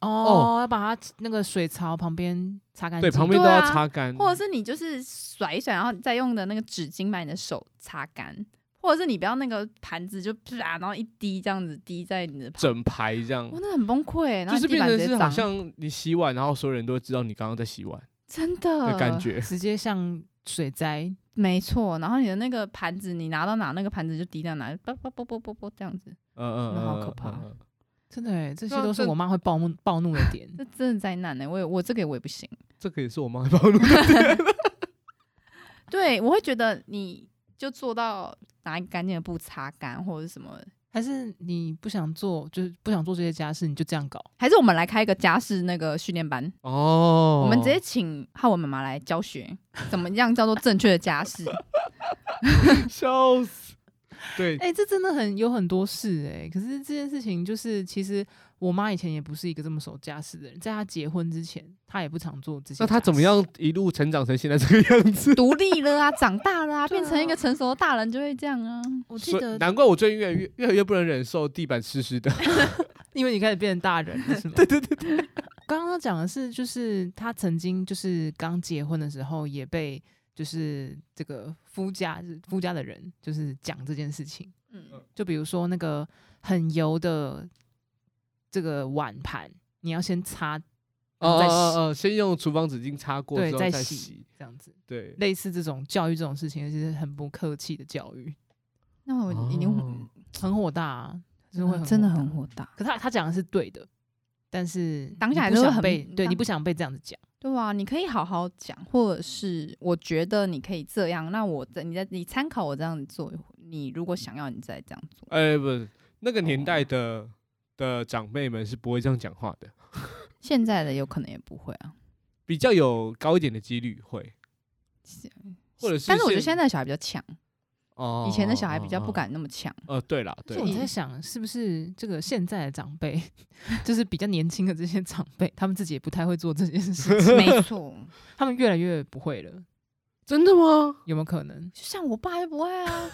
S2: 哦，
S1: 哦
S2: 要把它那个水槽旁边擦干净，
S1: 对旁边都要
S3: 对啊
S1: 擦干，
S3: 或者是你就是甩一甩，然后再用的那个纸巾把你的手擦干，或者是你不要那个盘子就啪，然后一滴这样子滴在你的旁，
S1: 整排这样
S3: 哇，，那很崩溃，欸然
S1: 就
S3: 后
S1: 是
S3: 地
S1: 变
S3: 板
S1: 成
S3: 直接
S1: 是好
S3: 脏，
S1: 像你洗碗，然后所有人都会知道你刚刚在洗碗
S3: 真的
S1: 的感， 觉。
S2: 直接像水灾。
S3: 没错。然后你的那个盘子，你拿到哪那个盘子就滴到哪，啵啵啵啵啵啵这样子，
S1: 嗯嗯，嗯
S3: 好可怕
S1: 嗯嗯嗯
S2: 真的欸，这些
S1: 对啊
S2: 都是
S1: 这
S2: 我妈会暴怒暴怒的点。
S3: 这真的灾难欸呢、我也我这个我也不行。
S1: 这个也是我妈暴露 的。
S3: 对，我会觉得你就做到拿一个干净的布擦干，或者是什么。
S2: 还是你不想做，就是不想做这些家事，你就这样搞。
S3: 还是我们来开一个家事那个训练班，
S1: 哦，
S3: 我们直接请浩文妈妈来教学，怎么样叫做正确的家事。
S1: 笑死。 对，
S2: 哎、这真的很有很多事哎、可是这件事情就是，其实我妈以前也不是一个这么守家事的人，在她结婚之前，她也不常做这些。
S1: 那他怎么？样一路成长成现在这个样 子？
S3: 独立了啊，长大了啊，
S2: 对啊
S3: 变成一个成熟的大人就会这样啊。
S2: 我记
S1: 所以
S2: 得，
S1: 难怪我最近越来越越来越不能忍受地板湿湿 的。
S2: 因为你开始变成大人了，是吗？对对对对。 刚刚讲的是，就是她曾经就是刚结婚的时候，也被就是这个夫家夫家的人就是讲这件事情。
S3: 嗯，
S2: 就比如说那个很油的这个碗盘，你要先擦
S1: 哦哦
S2: 再洗
S1: 哦哦，先用厨房纸巾擦过
S2: 对
S1: 之后
S2: 再
S1: 再
S2: 洗
S1: 洗。
S2: 这样子，
S1: 对，
S2: 类似这种教育这种事情，其实很不客气的教
S3: 嗯
S2: 育，
S3: 那我一定
S1: 哦
S2: 很火大、啊，就是会
S3: 嗯真的
S2: 火
S3: 很
S2: 大。
S3: 火大，
S2: 可他他讲的是对的，但是
S3: 当下
S2: 你
S3: 还
S2: 不
S3: 是会
S2: 想
S3: 很
S2: 被对
S3: 当
S2: 你不想被这样子讲，
S3: 对啊，你可以好好讲，或者是我觉得你可以这样，那我在你在你参考我这样子做，你如果想要，你再这样做。
S1: 哎，不是那个
S3: 哦
S1: 年代的的长辈们是不会这样讲话的，
S3: 现在的有可能也不会啊，
S1: 比较有高一点的几率会，或者是
S3: 但是我觉得现在的小孩比较强，
S1: 哦
S3: 以前的小孩比较不。
S1: 哦哦
S3: 敢那么强。
S1: 哦呃，对啦，对
S2: 所以
S1: 啦，
S2: 我
S3: 嗯
S2: 在想，是不是这个现在的长辈， 就是比较年轻的这些长辈，他们自己也不太会做这件事 情，
S3: 没错，
S2: 他们越来越不会了，
S1: 真的吗？
S2: 有没有可能？
S3: 就像我爸就不会啊。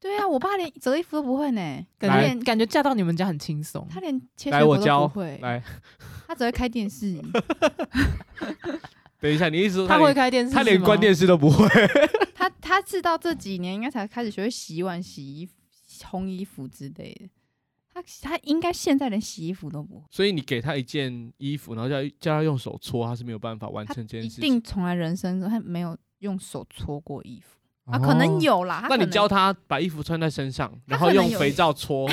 S3: 对啊，我爸连折衣服都不会呢，他
S2: 感
S3: 连
S2: 觉感觉嫁到你们家很轻松，
S3: 他连切
S1: 来
S3: 水
S1: 我
S3: 果都
S1: 教
S3: 不会，
S1: 来，
S3: 他只会开电视。
S1: 等一下，你意思说
S2: 他会
S1: 连
S2: 开电视，
S1: 他连关
S2: 电。
S1: 电视都不会？
S3: 他他是到这几年应该才开始学会洗碗、洗衣服、烘衣服之类的。他他应该现在连洗衣服都不会，
S1: 所以你给他一件衣服，然后叫叫他用手搓，他是没有办法完成这
S3: 一
S1: 件事情。
S3: 定从来人生中他没有用手搓过衣服啊，
S1: 哦
S3: 可能。有啦。
S1: 那你教
S3: 他
S1: 他把衣服穿在身上，然后
S3: 可能
S1: 用
S3: 有
S1: 肥皂 搓，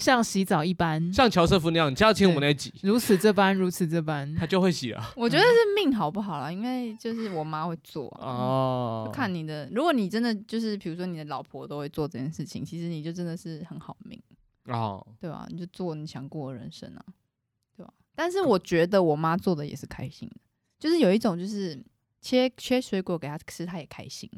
S2: 像洗澡一般，
S1: 像乔瑟夫那样。你叫他听我们那一集，
S2: 如此这般，如此 这般。
S1: 他就会洗了。
S3: 可能有，我觉得是命好不好啦，因为就是我妈会做啊。
S1: 哦
S3: 就，看你的，如果你真的就是，比如说你的老婆都会做这件事情，其实你就真的是很好命，
S1: 哦，
S3: 对吧、你就做你想过的人生啊，对吧、但是我觉得我妈做的也是开心的，就是有一种就是切切水果给她吃，她也开心，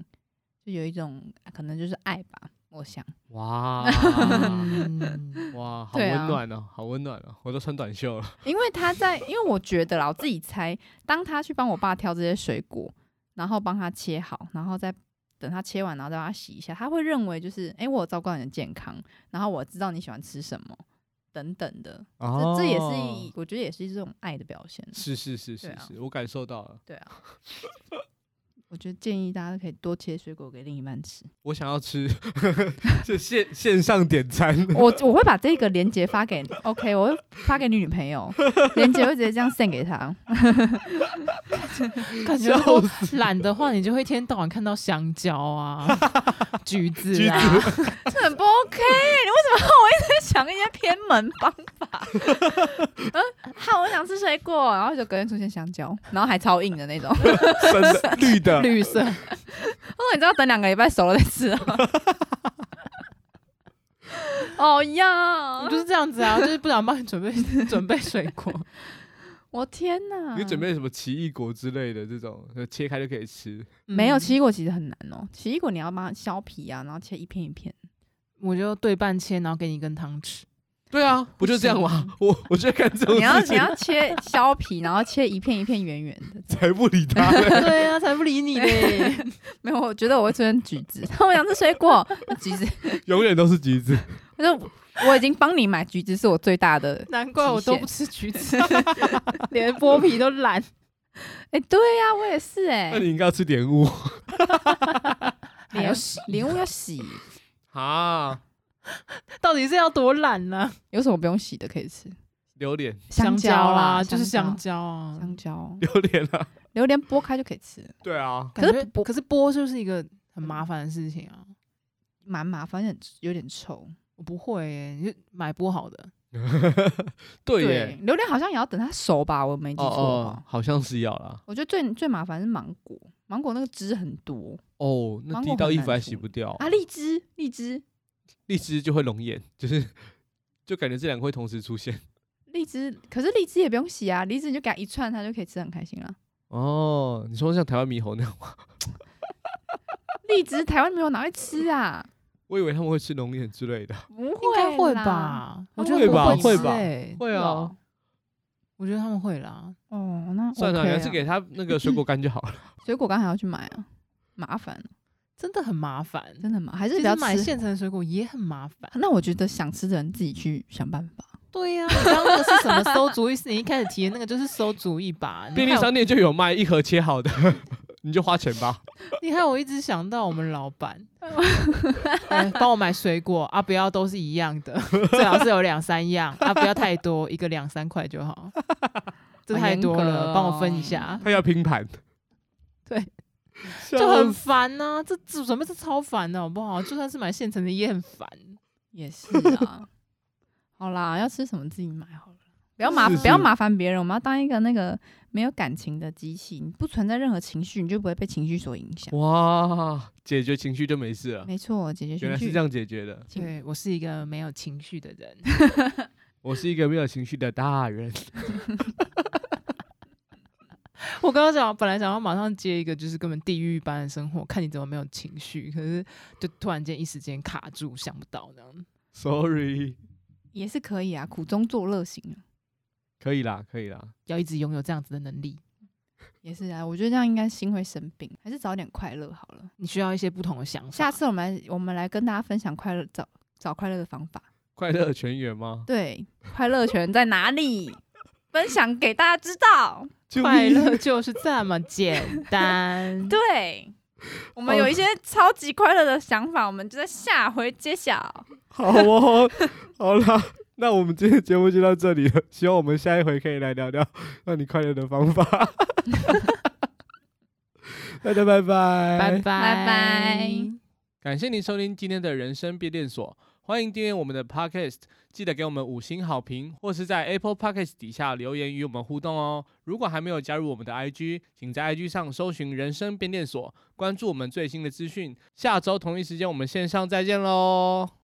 S3: 就有一种啊可能就是爱吧，我想。
S1: 哇
S2: 嗯，
S1: 哇，好
S3: 对
S1: 温
S3: 啊
S1: 暖哦，好温暖哦，我都穿短袖了。
S3: 因为他在，因为我觉得啦，我自己猜，当他去帮我爸挑这些水果，然后帮他切好，然后再等他切完，然后再帮他洗一下，他会认为就是，诶，我有照顾到你的健康，然后我知道你喜欢吃什么，等等的，这、
S1: 哦，
S3: 这也是一我觉得也是一种爱的表现。
S1: 是是是是
S3: 对啊
S1: 是，我感受到了，
S3: 对啊，我觉得建议大家可以多切水果给另一半 吃。
S1: 我想要吃，这线线上点餐。
S3: 我我会把这个链接发给 OK，我会发给你女 朋友，链接会直接这样 send 给她。
S2: 感觉如果懒的话，你就会一天到晚看到香蕉 啊、橘子啊。
S3: 这很不 OK，你为什么我一直想一些偏门方法？ 嗯，好，我想吃水果，然后就隔天出现香蕉，然后还超硬的那种。 我
S1: 真的绿的，
S2: 绿色，
S3: 说你知道等两个礼拜熟了再吃啊。哦呀
S2: 我，就是这样子啊，就是不想帮你准备 准备水果。
S3: 我天哪！
S1: 你准备什么奇异果之类的这种，呃切开就可以吃。
S3: 没有
S2: 嗯
S3: 奇异果其实很难哦，奇异果你要帮它削皮啊，然后切一片一片。
S2: 我就对半切，然后给你一根汤匙。
S1: 对啊，不就这样吗？我我就干这种
S3: 嗯哦你
S1: 事
S3: 要你
S1: 情，
S3: 要切削皮，然后切一片一片圆圆的。
S1: 才不理他 嘞。
S2: 对啊，才不理你嘞！
S3: 没有，我觉得我会出现橘子， 我想吃水果，橘子。
S1: 永远都是橘子。
S3: 我说我已经帮你买橘子，是我最大 的
S2: 难怪我
S3: 极限
S2: 都不吃橘子，连 剥皮都懒。
S3: 哎、对呀、我也是哎、
S1: 那你应该要吃莲 雾
S2: 还要洗
S3: 莲雾要洗，
S1: 啊，
S2: 到底是要多懒呢？
S3: 有什么不用洗的可以吃？
S1: 榴莲，
S3: 蕉啦，
S2: 啊，就是香
S3: 香
S2: 蕉啊。
S3: 香蕉，
S1: 榴莲啊，
S3: 榴莲剥开就可以吃，
S1: 对啊，
S2: 可
S3: 可
S2: 是
S3: 是
S2: 可是剥就是一个很麻烦的事情啊。
S3: 蛮麻烦，有点有点臭。
S2: 我不会、欸，你就买剥好的。
S1: 对耶，
S3: 榴莲好像也要等它熟吧，我没记
S1: 哦
S3: 错的话
S1: 哦，好像是要啦。
S3: 我觉得最最麻烦是芒果，芒果那个汁很多
S1: 哦，那
S3: 芒
S1: 滴
S3: 果
S1: 到
S3: 很
S1: 衣服
S3: 难
S1: 还
S3: 处
S1: 洗不掉，
S3: 啊，荔枝荔枝
S1: 荔枝就会龙眼，就是 就感觉这两个会同时出现。
S3: 荔枝，可是荔枝也不用洗啊，荔枝你就给它一串，它就可以吃得很开心了。
S1: 哦，你说像台湾猕猴那样吗？
S3: 荔枝台湾没有拿来吃啊，
S1: 我以为他们会吃龙眼之类的。
S3: 不会，
S2: 应该会？吧？我觉得
S1: 会吧
S2: 不
S1: 会
S2: 吃
S1: 吧
S2: 欸
S1: 会啊，，
S2: 我觉得他们会啦。
S3: 哦，那
S1: 算了，你
S3: OK
S1: 还
S3: 啊
S1: 是给他那个水果干就好了。
S3: 水果干还要去买啊，麻烦，
S2: 真的很麻烦，
S3: 真的麻，还是
S2: 其
S3: 比较
S2: 实
S3: 吃
S2: 买现成的水果也很麻烦。
S3: 那我觉得想吃的人自己去想办法。
S2: 对呀、你刚刚那个是什么馊主意？是你一开始提的那个就是馊主意吧？你
S1: 便利
S2: 害我
S1: 商店就有卖一盒切好的， 你就花钱吧。
S2: 你害我一直想到我们老 板，哎帮我买水果啊，不要都是一样的， 最好是有两三样啊，不要太多，一个两三块就好。这
S3: 好
S2: 太
S3: 严
S2: 多
S3: 格
S2: 了，帮我分一
S3: 哦
S2: 下，
S1: 他要拼盘，
S2: 对，啊
S1: 就
S2: 就很烦呐、这这准备是超烦的，好不好？就算是买现成的也很烦。
S3: 也是啊， 好啦，要吃什么自己买好了，不要麻
S1: 是
S3: 不要
S1: 是
S3: 麻烦别人，我们要当一个那个没有感情的机器，你不存在任何情绪，你就不会被情绪所影响。
S1: 哇，解决情绪就没事了。
S3: 没错，解决
S1: 原
S3: 情
S1: 来是
S3: 绪
S1: 这。样解决的。
S3: 情
S2: 对我是一个没有情绪的人，
S1: 我是一个没有情绪的大人。
S2: 我刚刚想本来想要马上接一个就是根本地狱般的生活，看你怎么没有情绪，可是就突然间一时间卡住，想不到这样。
S1: Sorry，
S3: 也是可以啊，苦中作乐型啊，
S1: 可以啦，可以啦。
S2: 要一直拥有这样子的能力，
S3: 也是啊。我觉得这样应该心会生病，还是早点快乐好了。
S2: 你需要一些不同的想法。
S3: 下次我们来我们来跟大家分享快乐找找快乐的方法。
S1: 快乐全员吗？
S3: 对，快乐泉在哪里？分享给大家知道。。
S1: 救
S2: 快
S1: 命
S2: 乐 就是这么简单
S3: 对，我们
S1: 好
S3: 有一些超级快乐的想法，我们就在下回揭晓。
S1: 好哦，好啦，那我们今天的节目就到这里了。希望我们下一回可以来聊 聊让你快乐的方法。 大家拜拜，
S2: 拜拜
S3: 拜拜
S1: 感谢您收听今天的人生变电所，欢迎订阅我们的 Podcast，记得给我们五星好评，或是在 Apple Podcast 底下留言与我们互动哦。如果还没有加入我们的 IG，请在 IG 上搜寻“人生变电所”，关注我们最新的资讯。下周同一时间我们线上再见喽！